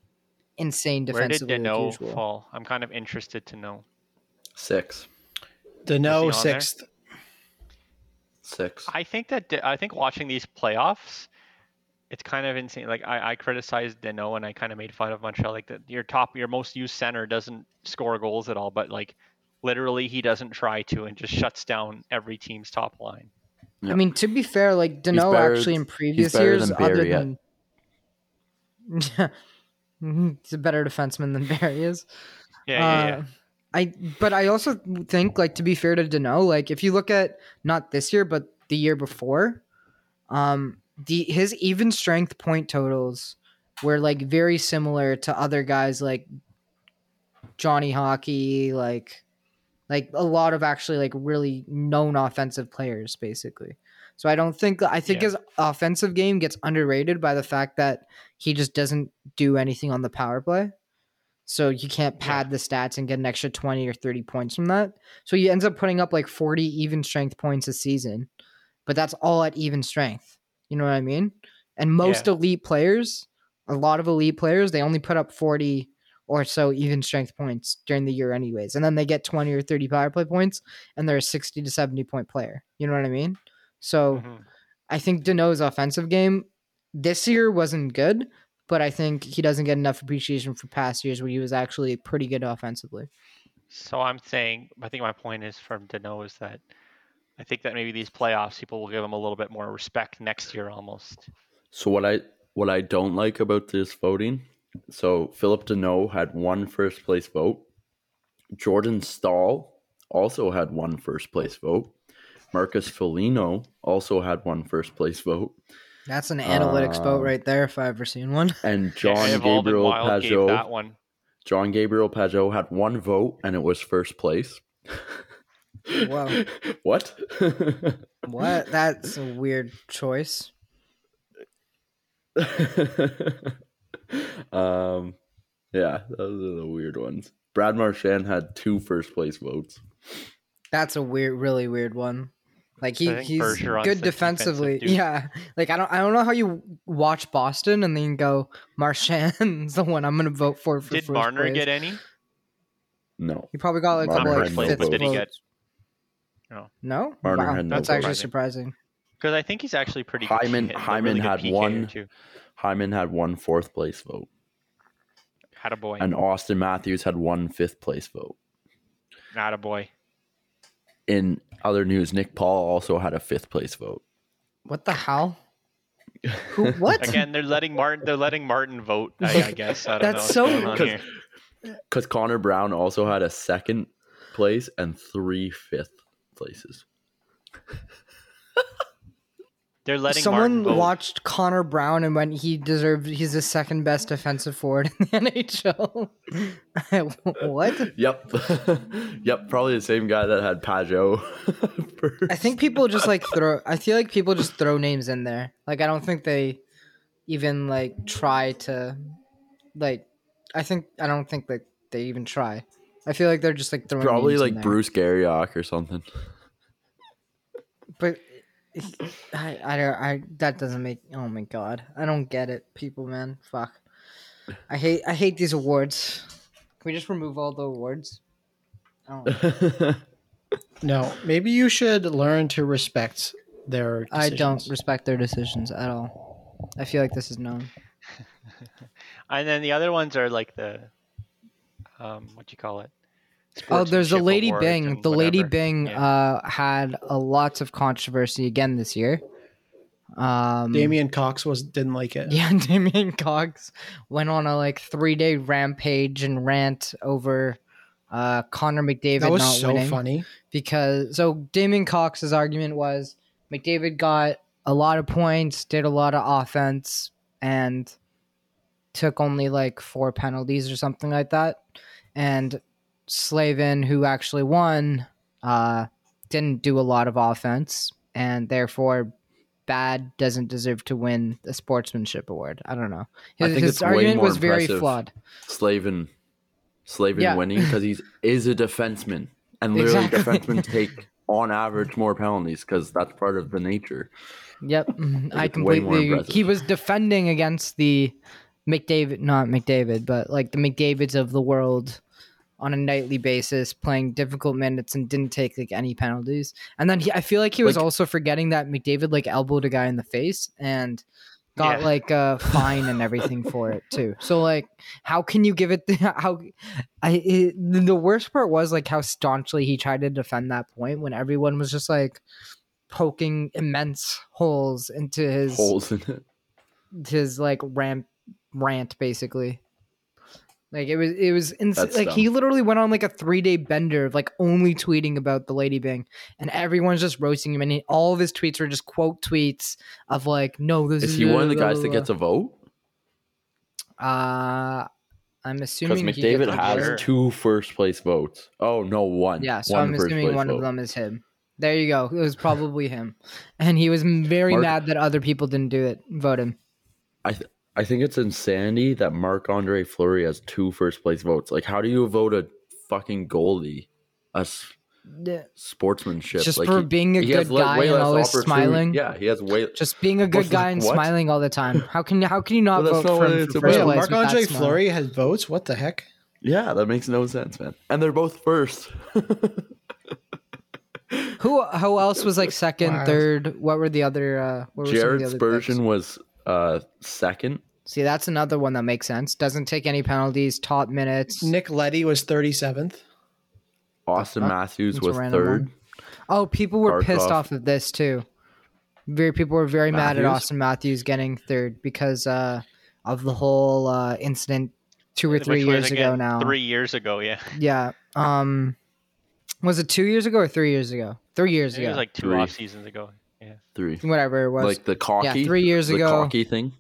C: insane
B: Where did
C: defensively like
B: Dano
C: usual.
B: fall? I'm kind of interested to know.
D: Six.
E: Dano
B: Is he on there?
E: sixth.
D: Six.
B: I think that Da- I think watching these playoffs, it's kind of insane. Like I, I criticized Dano and I kind of made fun of Montreal. Like that your top, your most used center doesn't score goals at all, but like literally he doesn't try to and just shuts down every team's top line.
D: Yeah.
C: I mean, to be fair, like Dano
D: better-
C: actually in previous
D: better
C: years,
D: than
C: other
D: Barry, yeah.
C: than yeah, Mhm, he's a better defenseman than Barry is.
B: Yeah, yeah,
C: Uh,
B: yeah.
C: I but I also think like to be fair to Dano, like if you look at not this year but the year before, um, the his even strength point totals were like very similar to other guys like Johnny Hockey, like like a lot of actually like really known offensive players basically. So I don't think I think
B: Yeah.
C: his offensive game gets underrated by the fact that he just doesn't do anything on the power play. So you can't pad the stats and get an extra 20 or 30 points from that. So he ends up putting up like 40 even strength points a season, but that's all at even strength. You know what I mean? And most elite players, a lot of elite players, they only put up 40 or so even strength points during the year, anyways. And then they get 20 or 30 power play points, and they're a 60 to 70 point player. You know what I mean?
D: oh.
C: So
B: Mhm.
C: I think Deneau's offensive game this year wasn't good, but I think he doesn't get enough appreciation for past years where he was actually pretty good offensively.
B: So I'm saying, I think my point is from Dano is that I think that maybe these playoffs, people will give him a little bit more respect next year almost.
D: So what I what I don't like about this voting, so Philip Deneau had one first place vote. Jordan Stahl also had one first place vote. Marcus Foligno also had one first place vote.
C: That's an analytics boat
D: Um,
C: right there if I've ever seen one.
D: And
B: Yeah,
D: John
B: Evolved and
D: Gabriel
B: Wild gave that
D: Pajot
B: one.
D: John Gabriel Pajot had one vote and it was first place.
C: Wow.
D: what?
C: What? That's a weird choice.
D: um yeah, those are the weird ones. Brad Marchand had two first place votes.
C: That's a weird, really weird one. Like he,
B: I think
C: he's
B: Bergeron's
C: good
B: a defensive
C: defensively.
B: dude.
C: yeah. Like I don't, I don't know how you watch Boston and then go Marchand's the one I'm going to vote for. for
B: Did
C: first
B: Marner
C: place."
B: get any?
D: No.
C: He probably got like a couple
D: Marner
C: like
D: had no
C: fifth
D: votes. Did he
B: get- Oh.
C: votes.
B: No.
C: No,
D: Marner
C: wow,
D: had no
C: that's
D: votes.
C: actually surprising.
B: Because I think he's actually pretty good.
D: Hyman-
B: He's a
D: Hyman
B: good
D: had
B: PKer
D: one.
B: Too.
D: Hyman had one fourth place vote.
B: Had a boy.
D: And Austin Matthews had one fifth place vote.
B: Not a boy.
D: In other news, Nick Paul also had a fifth place vote.
C: What the hell? Who? What?
B: Again, they're letting Martin. They're letting Martin vote. I, I guess. I don't know
C: That's
B: what's
C: so-
B: going on
D: 'Cause-
B: here.
D: Because Connor Brown also had a second place and three fifth places.
B: They're letting
C: Someone
B: Martin vote.
C: watched Connor Brown and went, he deserved. He's the second best defensive forward in the NHL. what?
D: Yep. yep. Probably the same guy that had Pajot.
C: I
D: first.
C: think people just like throw. I feel like people just throw names in there. Like I don't think they even like try to, like. I think I don't think like they even try. I feel like they're just like throwing.
D: Probably
C: names in
D: like
C: there.
D: Bruce Garriock or something.
C: But I, I don't. I that doesn't make. Oh my god! I don't get it, people, man. Fuck. I hate. I hate these awards. Can we just remove all the awards? I don't-
E: No, maybe you should learn to respect their.
C: I don't
E: decisions.
C: respect their decisions at all. I feel like this is known.
B: And then the other ones are like the, um, what do you call it?
C: Oh, there's the
B: Sportsmanship
C: Lady
B: awards
C: Bing.
B: and
C: The Lady
B: whatever.
C: Bing
B: Yeah.
C: uh, had a lots of controversy again this year.
D: Mm.
C: Um,
E: Damian Cox was didn't like it.
C: Yeah, Damien Cox went on a like three day rampage and rant over uh Connor McDavid
E: that was
C: not
E: so
C: winning
E: funny.
C: because so Damien Cox's argument was McDavid got a lot of points, did a lot of offense, and took only like four penalties or something like that. And Slavin, who actually won, uh, didn't do a lot of offense, and therefore bad doesn't deserve to win the sportsmanship award. I don't know.
D: I
C: His,
D: think
C: his
D: it's way
C: argument
D: more
C: was very
D: impressive.
C: flawed.
D: Slavin. Slavin
C: Yeah.
D: winning because he's is a defenseman. And literally
C: Exactly.
D: defensemen take on average more penalties because that's part of the nature.
C: Yep, I
D: it's way more
C: completely. He
D: impressive.
C: was defending against the McDavid, not McDavid, but like the McDavids of the world on a nightly basis, playing difficult minutes and didn't take like any penalties. And then he, I feel like he was
D: Like-
C: also forgetting that McDavid like elbowed a guy in the face and got
B: Yeah.
C: like a fine and everything for it too. So like, how can you give it? how I it, the worst part was like how staunchly he tried to defend that point when everyone was just like poking immense holes into his
D: Holes in it.
C: his like ramp rant basically. Like it was it was ins-
D: That's
C: like he
D: dumb.
C: literally went on like a 3-day bender of like only tweeting about the Lady Bing and everyone's just roasting him and he, all of his tweets were just quote tweets of like no this is,
D: Is he one of the
C: blah,
D: guys that
C: blah,
D: gets a vote?
C: blah. uh I'm
D: Because
C: assuming he gets
D: McDavid
C: a
D: has
C: vote.
B: vote.
D: two first place votes. Oh no, one.
C: Yeah, so
D: One
C: I'm
D: first
C: assuming
D: place
C: one of
D: vote.
C: them is him. There you go. It was probably him, and he was m- very
D: Mark-
C: mad that other people didn't do it. Vote him.
D: I th- I think it's insanity that Marc Andre Fleury has two first place votes. Like, how do you vote a fucking goalie? A s- sportsmanship.
C: Just
D: like,
C: for
D: he-
C: being a
D: he has
C: good
D: le-
C: guy
D: way
C: and
D: less
C: always
D: opportunity-
C: smiling.
D: Yeah, he has way.
C: Just being a good
D: What's the-
C: guy and
D: what?
C: smiling all the time. How can how can you not
D: Well, that's
C: vote
D: not
C: for
D: what
C: him
D: it's
C: for
D: about.
C: first
E: Yeah,
D: Yeah,
C: place?
E: Marc
C: with that
E: Andre
C: smile?
E: Fleury had votes. What the heck?
D: Yeah, that makes no sense, man. And they're both first.
C: Who who else was like second,
E: Wild.
C: third? What were the other? Uh, what were some of
D: Jared
C: the other
D: Spurgeon
C: picks?
D: was uh second.
C: See, that's another one that makes sense. Doesn't take any penalties. Top minutes.
E: Nick Letty was 37th.
D: Austin
C: fuck?
D: Matthews
C: That's a
D: was
C: random
D: third.
C: one. Oh, people were pissed
D: Barkov.
C: off of this too. Very people were very mad at
D: Matthews?
C: Austin Matthews getting third because uh, of the whole uh, incident two or three
B: Which was,
C: years ago
B: again,
C: now.
B: Three years ago, yeah.
C: Yeah. Um, was it two years ago or three years ago? Three years
B: It
C: ago.
B: was like two
D: Three.
B: off seasons ago.
D: Three.
C: Whatever it was.
D: Like the cocky.
C: yeah, three years
D: the
C: ago.
D: cocky thing.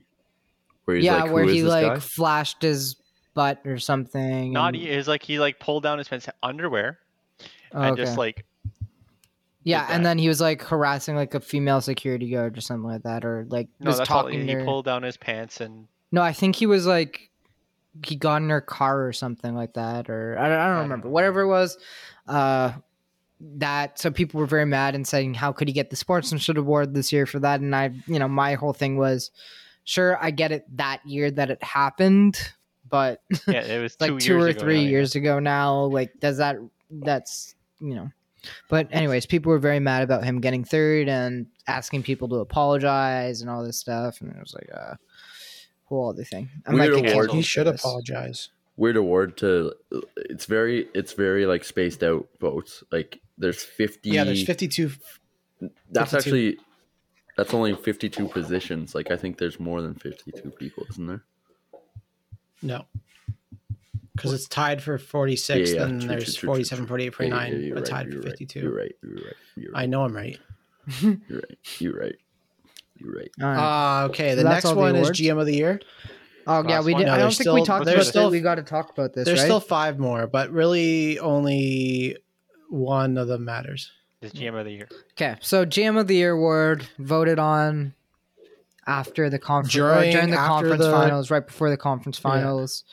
D: Where he's
C: yeah,
D: like,
C: where
D: "Who is
C: he
D: this
C: like
D: guy?"
C: flashed his butt or something.
B: Not
C: and-
B: e- it's like he like pulled down his pants underwear
C: Oh,
B: and
C: okay.
B: just like
C: yeah,
B: did
C: and
B: that.
C: then he was like harassing like a female security guard or something like that, or like
B: no,
C: was
B: that's all.
C: talking
B: He
C: to her.
B: pulled down his pants and
C: No, I think he was like he got in her car or something like that, or I don't, I don't
B: don't
C: remember.
B: know.
C: Whatever it was, uh, that so people were very mad and saying how could he get the sportsmanship award this year for that? And I, you know, my whole thing was, sure, I get it that year that it happened, but
B: yeah, it was
C: like two,
B: years
C: or
B: ago
C: three
B: now, yeah.
C: years ago now, like does that that's you know. But anyways, people were very mad about him getting third and asking people to apologize and all this stuff, and it was like a whole other thing. I'm
D: Weird
C: like,
D: award.
E: He should apologize.
D: weird award to it's very it's very like spaced out votes. Like there's fifty
E: Yeah, there's 52.
D: that's
E: 52.
D: actually that's only fifty two positions. Like I think there's more than fifty two people, isn't there?
E: No. Because it's tied for 46,
D: yeah,
E: then
D: true,
E: there's
D: true, true, true, true.
E: 47, 48,
D: Yeah, yeah,
E: 49,
D: you're
E: but
D: right,
E: tied
D: you're
E: for
D: right,
E: 52.
D: You're right, you're right, you're
E: I
D: right,
E: know I'm right.
D: you're right, you're right, you're right.
C: All right.
E: Uh, okay, the
C: So that's
E: next
C: all the
E: one is
C: awards?
E: GM of the year.
C: oh yeah,
B: last
C: we
B: one.
C: did.
E: No,
C: I don't
E: there's
C: think we
E: still-
C: talked
B: there's
C: about
E: still-
C: it. We got to talk about this,
E: There's
C: right?
E: still five more, but really only one of them matters.
B: This GM of the year.
C: okay, so GM of the Year award voted on after the conference
E: During-
C: during, during the
E: after
C: conference
E: the-
C: finals, right before the conference finals,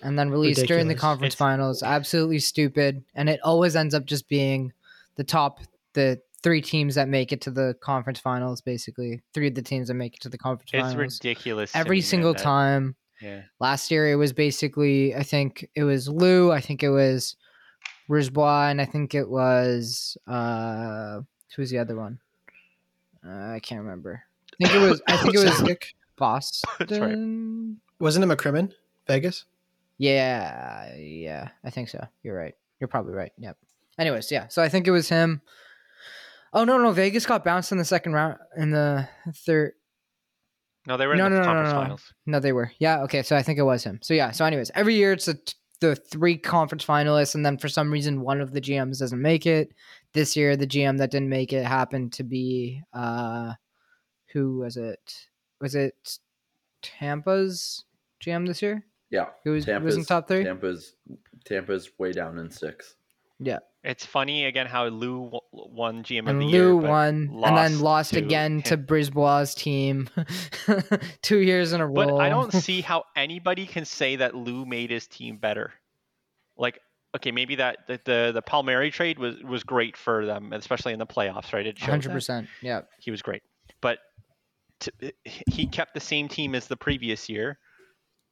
C: and then released during the
E: Ridiculous.
C: conference
B: It's-
C: finals. Absolutely stupid, and it always ends up just being the top the three teams that make it to the conference finals. Basically, three of the teams that make it to the conference
B: It's
C: finals
B: ridiculous. to me,
C: every
B: man,
C: single
B: that-
C: time.
B: Yeah.
C: last year it was basically i think it was lou i think it was Rizbois, and i think it was uh who's the other one uh, i can't remember i think it was i think it was boston
E: Wasn't it McCrimmon? Vegas?
C: yeah yeah i think so you're right you're probably right yep anyways yeah so i think it was him oh no no vegas got bounced in the second round in the third
B: No, they were
C: No,
B: in the
C: no, no, no,
B: conference
C: no.
B: finals.
C: No, they were. Yeah. Okay. So I think it was him. So yeah. So anyways, every year it's the t- the three conference finalists, and then for some reason one of the GMs doesn't make it. This year, the GM that didn't make it happened to be uh, who was it? Was it Tampa's GM this year?
D: Yeah,
C: Who was, who was in top three?
D: Tampa's Tampa's way down in six.
B: It's funny again how Lou w- won GM of
C: And
B: the
C: Lou
B: year. but
C: won, and then lost
B: to
C: again to
B: him.
C: Brisbois' team two years in a row.
B: But I don't see how anybody can say that Lou made his team better. Like, okay, maybe that the the, the Palmieri trade was was great for them, especially in the playoffs, right? It showed
C: Hundred
B: that
C: percent. Yeah.
B: he was great, but t- he kept the same team as the previous year.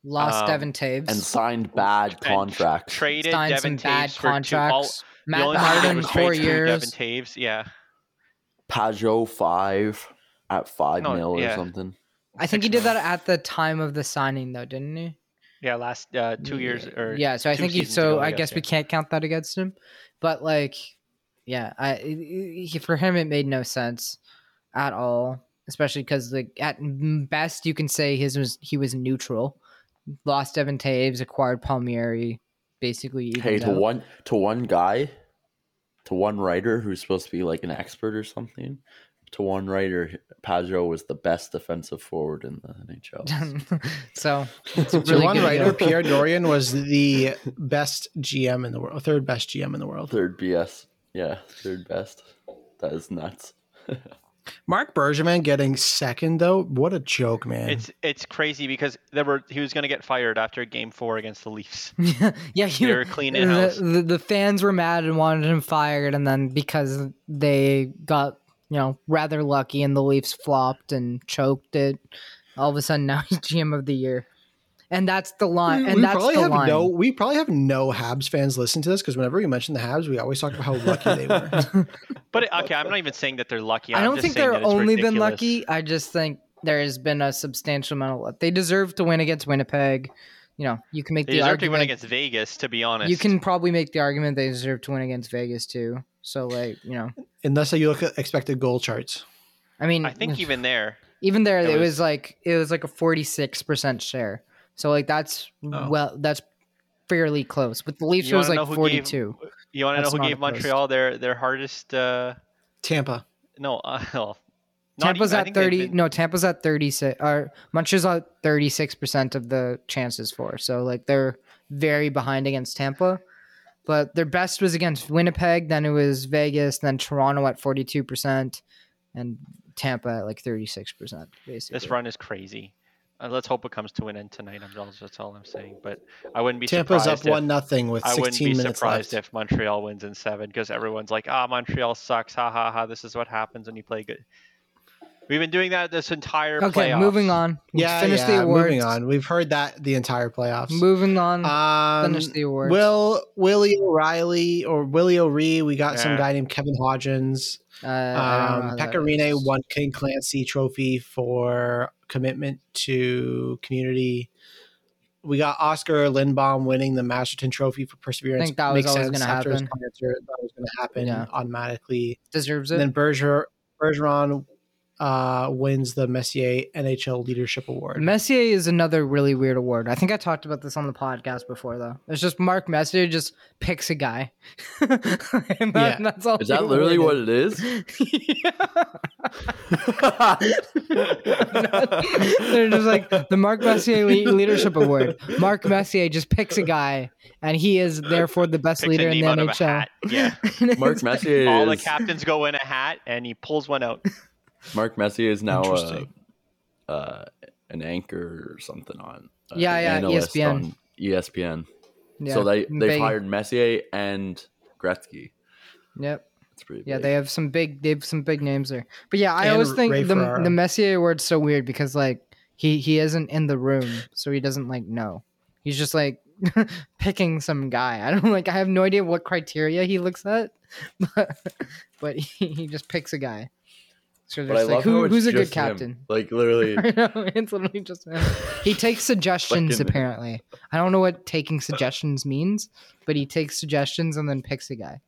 C: Lost
B: Um,
C: Devin Taves.
D: And signed bad
B: and
D: contracts.
B: Traded
C: signed
B: Devin
C: some bad
B: Taves for two. All,
C: contracts.
B: the
C: Matt
B: only thing he did
C: Harden
B: was
C: four
B: trade through
C: years.
B: Devin Taves, yeah.
D: Pajot five at five
B: No,
D: mil or
B: yeah.
D: something.
C: I think
B: six
C: he did that
B: months.
C: at the time of the signing, though, didn't he?
B: Yeah, last uh, two years
C: Yeah.
B: or
C: yeah. So I
B: two
C: think he.
B: seasons
C: So
B: ago, I
C: I
B: guess,
C: guess we
B: yeah.
C: can't count that against him, but like, yeah, I i- i- for him it made no sense at all, especially because like at m- best you can say his was he was neutral, lost Devin Taves, acquired Palmieri, basically. evened
D: Hey, to
C: out.
D: one to one guy, to one writer who's supposed to be like an expert or something. To one writer, Pajot was the best defensive forward in the NHL.
C: so
E: So
C: Really
E: one
C: good
E: writer,
C: deal.
E: Pierre Dorian, was the best GM in the world, third best GM in the world.
D: third BS, yeah, third best. That is nuts.
E: Mark Bergerman getting second, though, what a joke, man.
B: It's it's crazy because there were he was going to get fired after Game Four against the Leafs.
C: yeah,
B: They
C: you
B: were cleaning
C: the,
B: house.
C: The, the fans were mad and wanted him fired, and then because they got you know rather lucky and the Leafs flopped and choked it, all of a sudden now he's GM of the year. and that's the line.
E: We-
C: Uh, and
E: we
C: that's
E: probably
C: the
E: have
C: line.
E: no. We probably have no Habs fans listening to this because whenever we mention the Habs, we always talk about how lucky they were.
B: But it- okay, I'm not even saying that they're lucky.
C: I
B: I'm
C: don't
B: just
C: think
B: saying
C: they're
B: that it's
C: only been
B: ridiculous.
C: lucky. I just think there has been a substantial amount of luck. They deserve to win against Winnipeg. You know, you can make
B: They
C: the
B: deserve
C: argument.
B: to win against Vegas, to be honest.
C: you can probably make the argument they deserve to win against Vegas too. So like, you know,
E: Unless you look at expected goal charts.
C: I mean,
B: I think even there,
C: even there,
B: it
C: it was,
B: was-
C: like it was like a forty six percent share. So like that's
E: Oh.
C: well, that's fairly close. But the Leafs
B: You
C: it was
B: wanna know
C: like
B: who
C: forty
B: gave-
C: two.
B: you want to know
C: That's
B: who
C: not
B: gave
C: a post.
B: Montreal their their hardest? Uh,
E: Tampa.
B: no, uh, well, not
C: Tampa's
B: even- I
C: at
B: think they've
C: thirty.
B: been-
C: No, Tampa's at thirty six. Or Montreal's at thirty six percent of the chances for. So like they're very behind against Tampa. But their best was against Winnipeg. Then it was Vegas. Then Toronto at forty two percent, and Tampa at like thirty six percent. Basically,
B: This run is crazy. Uh, let's hope it comes to an end tonight. I'm, that's- that's all I'm saying. But I wouldn't be
E: Tampa's up
B: surprised.
E: one
B: if,
E: nothing with
B: I wouldn't be
E: sixteen minutes
B: surprised
E: left.
B: if Montreal wins in seven because everyone's like, ah, Montreal sucks. Ha ha ha. This is what happens when you play good. We've been doing that this entire
C: Okay,
B: playoffs.
C: moving on. We'll
E: yeah,
C: finish
E: yeah.
C: the awards.
E: Moving on. We've heard that the entire playoffs.
C: Moving on.
E: um,
C: finish the awards.
E: Will Willie O'Reilly or Willie O'Ree? We got some
B: Yeah.
E: guy named Kevin Hodgins.
C: uh, I don't know
E: Um,
C: how that
E: Pecorine
C: is.
E: won King Clancy Trophy for commitment to community. We got Oscar Lindbaum winning the Masterton Trophy for perseverance.
C: think that was
E: Makes
C: always
E: sense
C: gonna
E: after his
C: happen.
E: concert. That was going to happen
C: Yeah.
E: automatically.
C: deserves
E: And
C: it.
E: then Berger, Bergeron uh, wins the Messier NHL Leadership Award.
C: Messier is another really weird award. I think I talked about this on the podcast before, though. It's just Mark Messier just picks a guy, and that-
E: Yeah.
C: that's all.
D: Is
C: the
D: that
C: award
D: literally
C: is.
D: what it is?
C: They're just like the Mark Messier Le- Leadership Award. Mark Messier just picks a guy, and he is therefore the best
B: Picks a
C: leader in
B: name
C: the
B: out of a
C: NHL.
B: hat. Yeah.
D: Mark Messier.
B: All the
D: is,
B: captains go in a hat and he pulls one out.
D: Mark Messier is now uh,
E: Interesting.
D: uh, an anchor or something on. uh,
C: Yeah, yeah,
D: an
C: E
D: analyst
C: ESPN.
D: on E ESPN.
C: Yeah,
D: So they they've
C: big-
D: hired Messier and Gretzky.
C: Yep.
D: It's pretty.
C: Yeah,
D: big.
C: they have some big they have some big names there. But yeah, I
E: And
C: always think
E: Ray
C: the
E: Ferraro.
C: the Messier award's so weird because like he he isn't in the room, so he doesn't like know. He's just like picking some guy. I don't like I have no idea what criteria he looks at, but but he, he just picks a guy. So
D: But I
C: there's like
D: love how
C: who,
D: it's
C: who's a good
D: just him.
C: captain?
D: Like literally,
C: I know, it's literally just him. He takes suggestions
D: Fucking-
C: apparently. I don't know what taking suggestions means, but he takes suggestions and then picks a guy.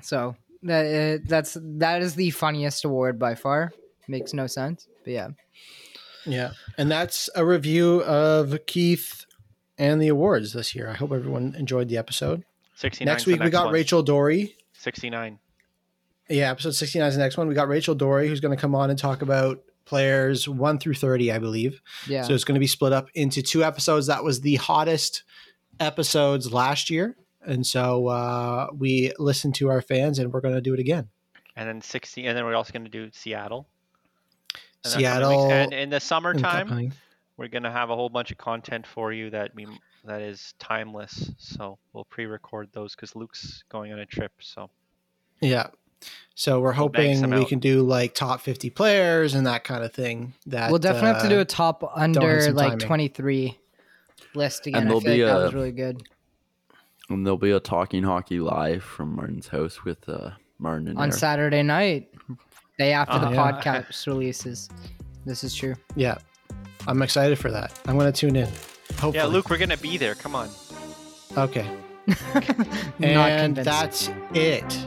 C: So that uh, that's that is the funniest award by far. Makes no sense, but yeah,
E: Yeah. And that's a review of Keith and the awards this year. I hope everyone enjoyed the episode.
B: 69
E: Next week, we got
B: one.
E: Rachel Dory.
B: 69.
E: Yeah, episode 69 is the next one. We got Rachel Dory, who's going to come on and talk about players 1 through 30, I believe.
C: yeah.
E: So it's going to be split up into two episodes. That was the hottest episodes last year. And so uh, we listened to our fans and we're going to do it again.
B: And then 60. And then we're also going to do Seattle. And that's how many weeks-
E: Seattle.
B: And in the summertime,
E: Copenhagen.
B: we're gonna have a whole bunch of content for you that we that is timeless. So we'll pre-record those because Luke's going on a trip. So
E: Yeah. So we're
B: We'll bang
E: hoping
B: some
E: we
B: out.
E: can do like top 50 players and that kind of thing. That
C: we'll definitely have to
E: uh,
C: do a top under
E: some
C: like
E: timing.
C: twenty three list again. I
D: there'll
C: feel like
D: be
C: that
D: a-
C: was really good
D: and there'll be a talking hockey live from Martin's house with uh, Martin and
C: on
D: Aaron.
C: Saturday night, day after the
E: Uh-huh.
C: podcast releases. This is true.
E: Yeah. I'm excited for that. I'm going to tune in. Hopefully.
B: yeah, Luke, we're gonna be there. Come on.
E: Okay.
C: Not
E: And
C: convinced.
E: that's it.